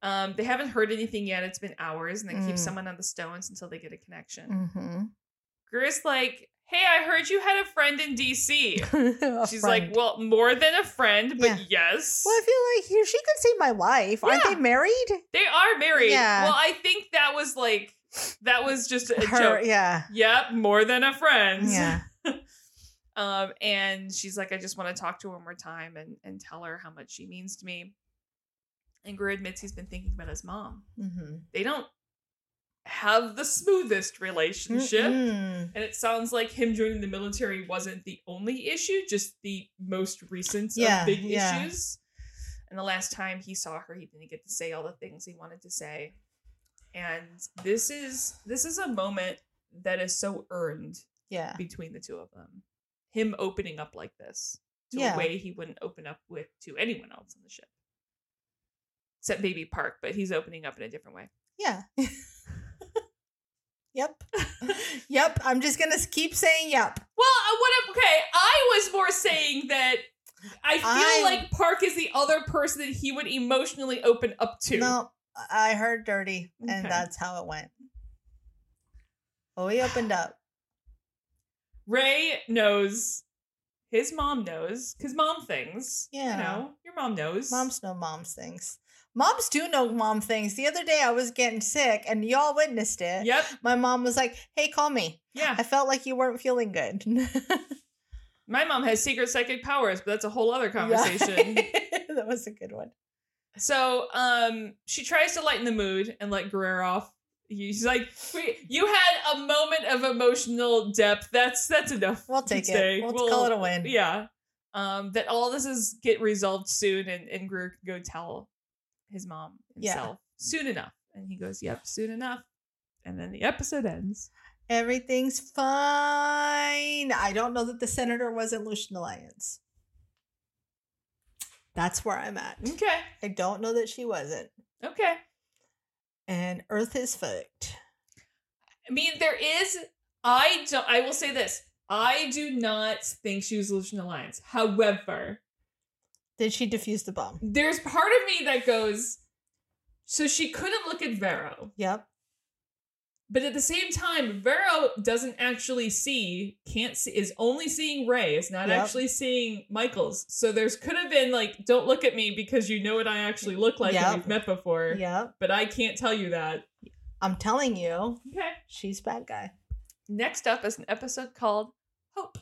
Speaker 2: Um, they haven't heard anything yet. It's been hours, and they keep
Speaker 3: Mm.
Speaker 2: someone on the stones until they get a connection.
Speaker 3: Mm-hmm.
Speaker 2: Greer's like, hey, I heard you had a friend in DC.
Speaker 3: A
Speaker 2: She's
Speaker 3: friend.
Speaker 2: like, well, more than a friend, but yes.
Speaker 3: Well, I feel like here she could see my wife. Aren't they married?
Speaker 2: They are married.
Speaker 3: Yeah.
Speaker 2: Well, I think that was like, that was just a
Speaker 3: Her,
Speaker 2: joke.
Speaker 3: yeah,
Speaker 2: Yep, more than a friend.
Speaker 3: yeah.
Speaker 2: Um, and she's like, I just want to talk to her one more time and, and tell her how much she means to me. And Gru admits he's been thinking about his mom.
Speaker 3: Mhm.
Speaker 2: They don't have the smoothest relationship.
Speaker 3: Mm-mm.
Speaker 2: And it sounds like him joining the military wasn't the only issue, just the most recent
Speaker 3: Yeah,
Speaker 2: of big
Speaker 3: yeah.
Speaker 2: issues. And the last time he saw her, he didn't get to say all the things he wanted to say. And this is this is a moment that is so earned
Speaker 3: Yeah.
Speaker 2: between the two of them. Him opening up like this to
Speaker 3: Yeah.
Speaker 2: a way he wouldn't open up with to anyone else on the ship. Except Baby Park, but he's opening up in a different way.
Speaker 3: Yeah. yep. yep. I'm just going to keep saying yep.
Speaker 2: Well, I- what? I'm- Okay, I was more saying that I feel
Speaker 3: I'm-
Speaker 2: like Park is the other person that he would emotionally open up to.
Speaker 3: No, I heard dirty, and
Speaker 2: Okay.
Speaker 3: that's how it went. Well, we opened up.
Speaker 2: Ray knows. His mom knows, cause mom things.
Speaker 3: Yeah.
Speaker 2: you know, your mom knows.
Speaker 3: Moms know mom's things. Moms do know mom things. The other day I was getting sick, and y'all witnessed it.
Speaker 2: Yep.
Speaker 3: My mom was like, hey, call me.
Speaker 2: Yeah.
Speaker 3: I felt like you weren't feeling good.
Speaker 2: My mom has secret psychic powers, but that's a whole other conversation.
Speaker 3: that was a good one.
Speaker 2: So um she tries to lighten the mood and let Guerrero off. He's like, Wait, you had a moment of emotional depth. That's that's enough.
Speaker 3: We'll take
Speaker 2: today.
Speaker 3: it. We'll,
Speaker 2: We'll-
Speaker 3: call it a win.
Speaker 2: Yeah. Um, that all this is get resolved soon and, and Greer can go tell his mom
Speaker 3: Yeah.
Speaker 2: himself soon enough. And he goes, Yep, soon enough. And then the episode ends.
Speaker 3: Everything's fine. I don't know that the senator wasn't Lucian Alliance. That's where I'm at.
Speaker 2: Okay.
Speaker 3: I don't know that she wasn't.
Speaker 2: Okay.
Speaker 3: And Earth is fucked.
Speaker 2: I mean, there is. I don't. I will say this. I do not think she was Lucian Alliance. However,
Speaker 3: Did she defuse the bomb?
Speaker 2: there's part of me that goes. So she couldn't look at Vero,
Speaker 3: Yep.
Speaker 2: but at the same time, Vero doesn't actually see, can't see, is only seeing Ray, is not
Speaker 3: Yep.
Speaker 2: actually seeing Michael's. So there's could have been like, don't look at me because you know what I actually look like
Speaker 3: Yep.
Speaker 2: and we've met before,
Speaker 3: Yep.
Speaker 2: but I can't tell you that.
Speaker 3: I'm telling you,
Speaker 2: Okay.
Speaker 3: she's bad guy.
Speaker 2: Next up is an episode called Hope.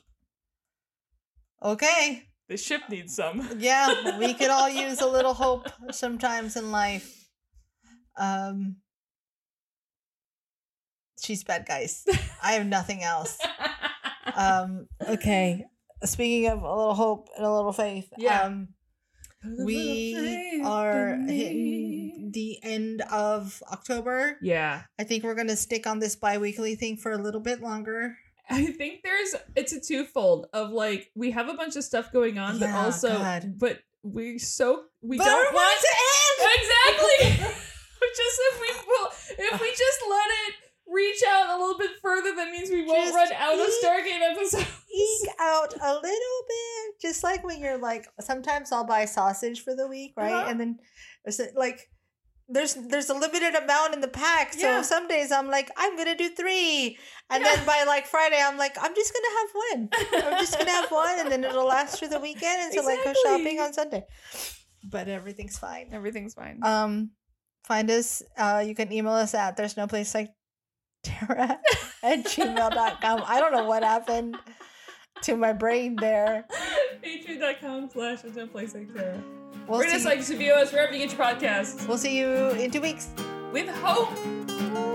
Speaker 3: Okay.
Speaker 2: The ship needs some.
Speaker 3: Yeah, we could all use a little hope sometimes in life. Um She's bad guys. I have nothing else. um okay speaking of a little hope and a little faith
Speaker 2: Yeah.
Speaker 3: um we are hitting the end of october
Speaker 2: Yeah.
Speaker 3: i think we're gonna stick on this bi-weekly thing for a little bit longer
Speaker 2: I think there's it's a twofold of like we have a bunch of stuff going on, but
Speaker 3: Yeah,
Speaker 2: also
Speaker 3: God.
Speaker 2: but we're so we
Speaker 3: but
Speaker 2: don't want
Speaker 3: to end
Speaker 2: exactly. just if we will, if we just let it reach out a little bit further, that means we won't
Speaker 3: Just
Speaker 2: run out of
Speaker 3: eat-
Speaker 2: Stargate episodes.
Speaker 3: eke out a little bit just like when you're like sometimes i'll buy sausage for the week right
Speaker 2: Uh-huh.
Speaker 3: and then there's a- like there's there's a limited amount in the pack so
Speaker 2: Yeah.
Speaker 3: some days i'm like i'm gonna do three and
Speaker 2: Yeah.
Speaker 3: then by like friday i'm like i'm just gonna have one i'm just gonna have one and then it'll last through the weekend until I go shopping
Speaker 2: Exactly. Mm-hmm.
Speaker 3: on sunday but everything's fine
Speaker 2: Everything's fine.
Speaker 3: um, find us. Uh, you can email us at there's no place like Tara at gmail.com. I don't know what happened to my brain there.
Speaker 2: Patreon.com slash a dumb place like Tara.
Speaker 3: We'll
Speaker 2: Rate us
Speaker 3: see,
Speaker 2: like to view us wherever you get your podcasts.
Speaker 3: we'll see you in two weeks.
Speaker 2: With hope.
Speaker 3: Bye.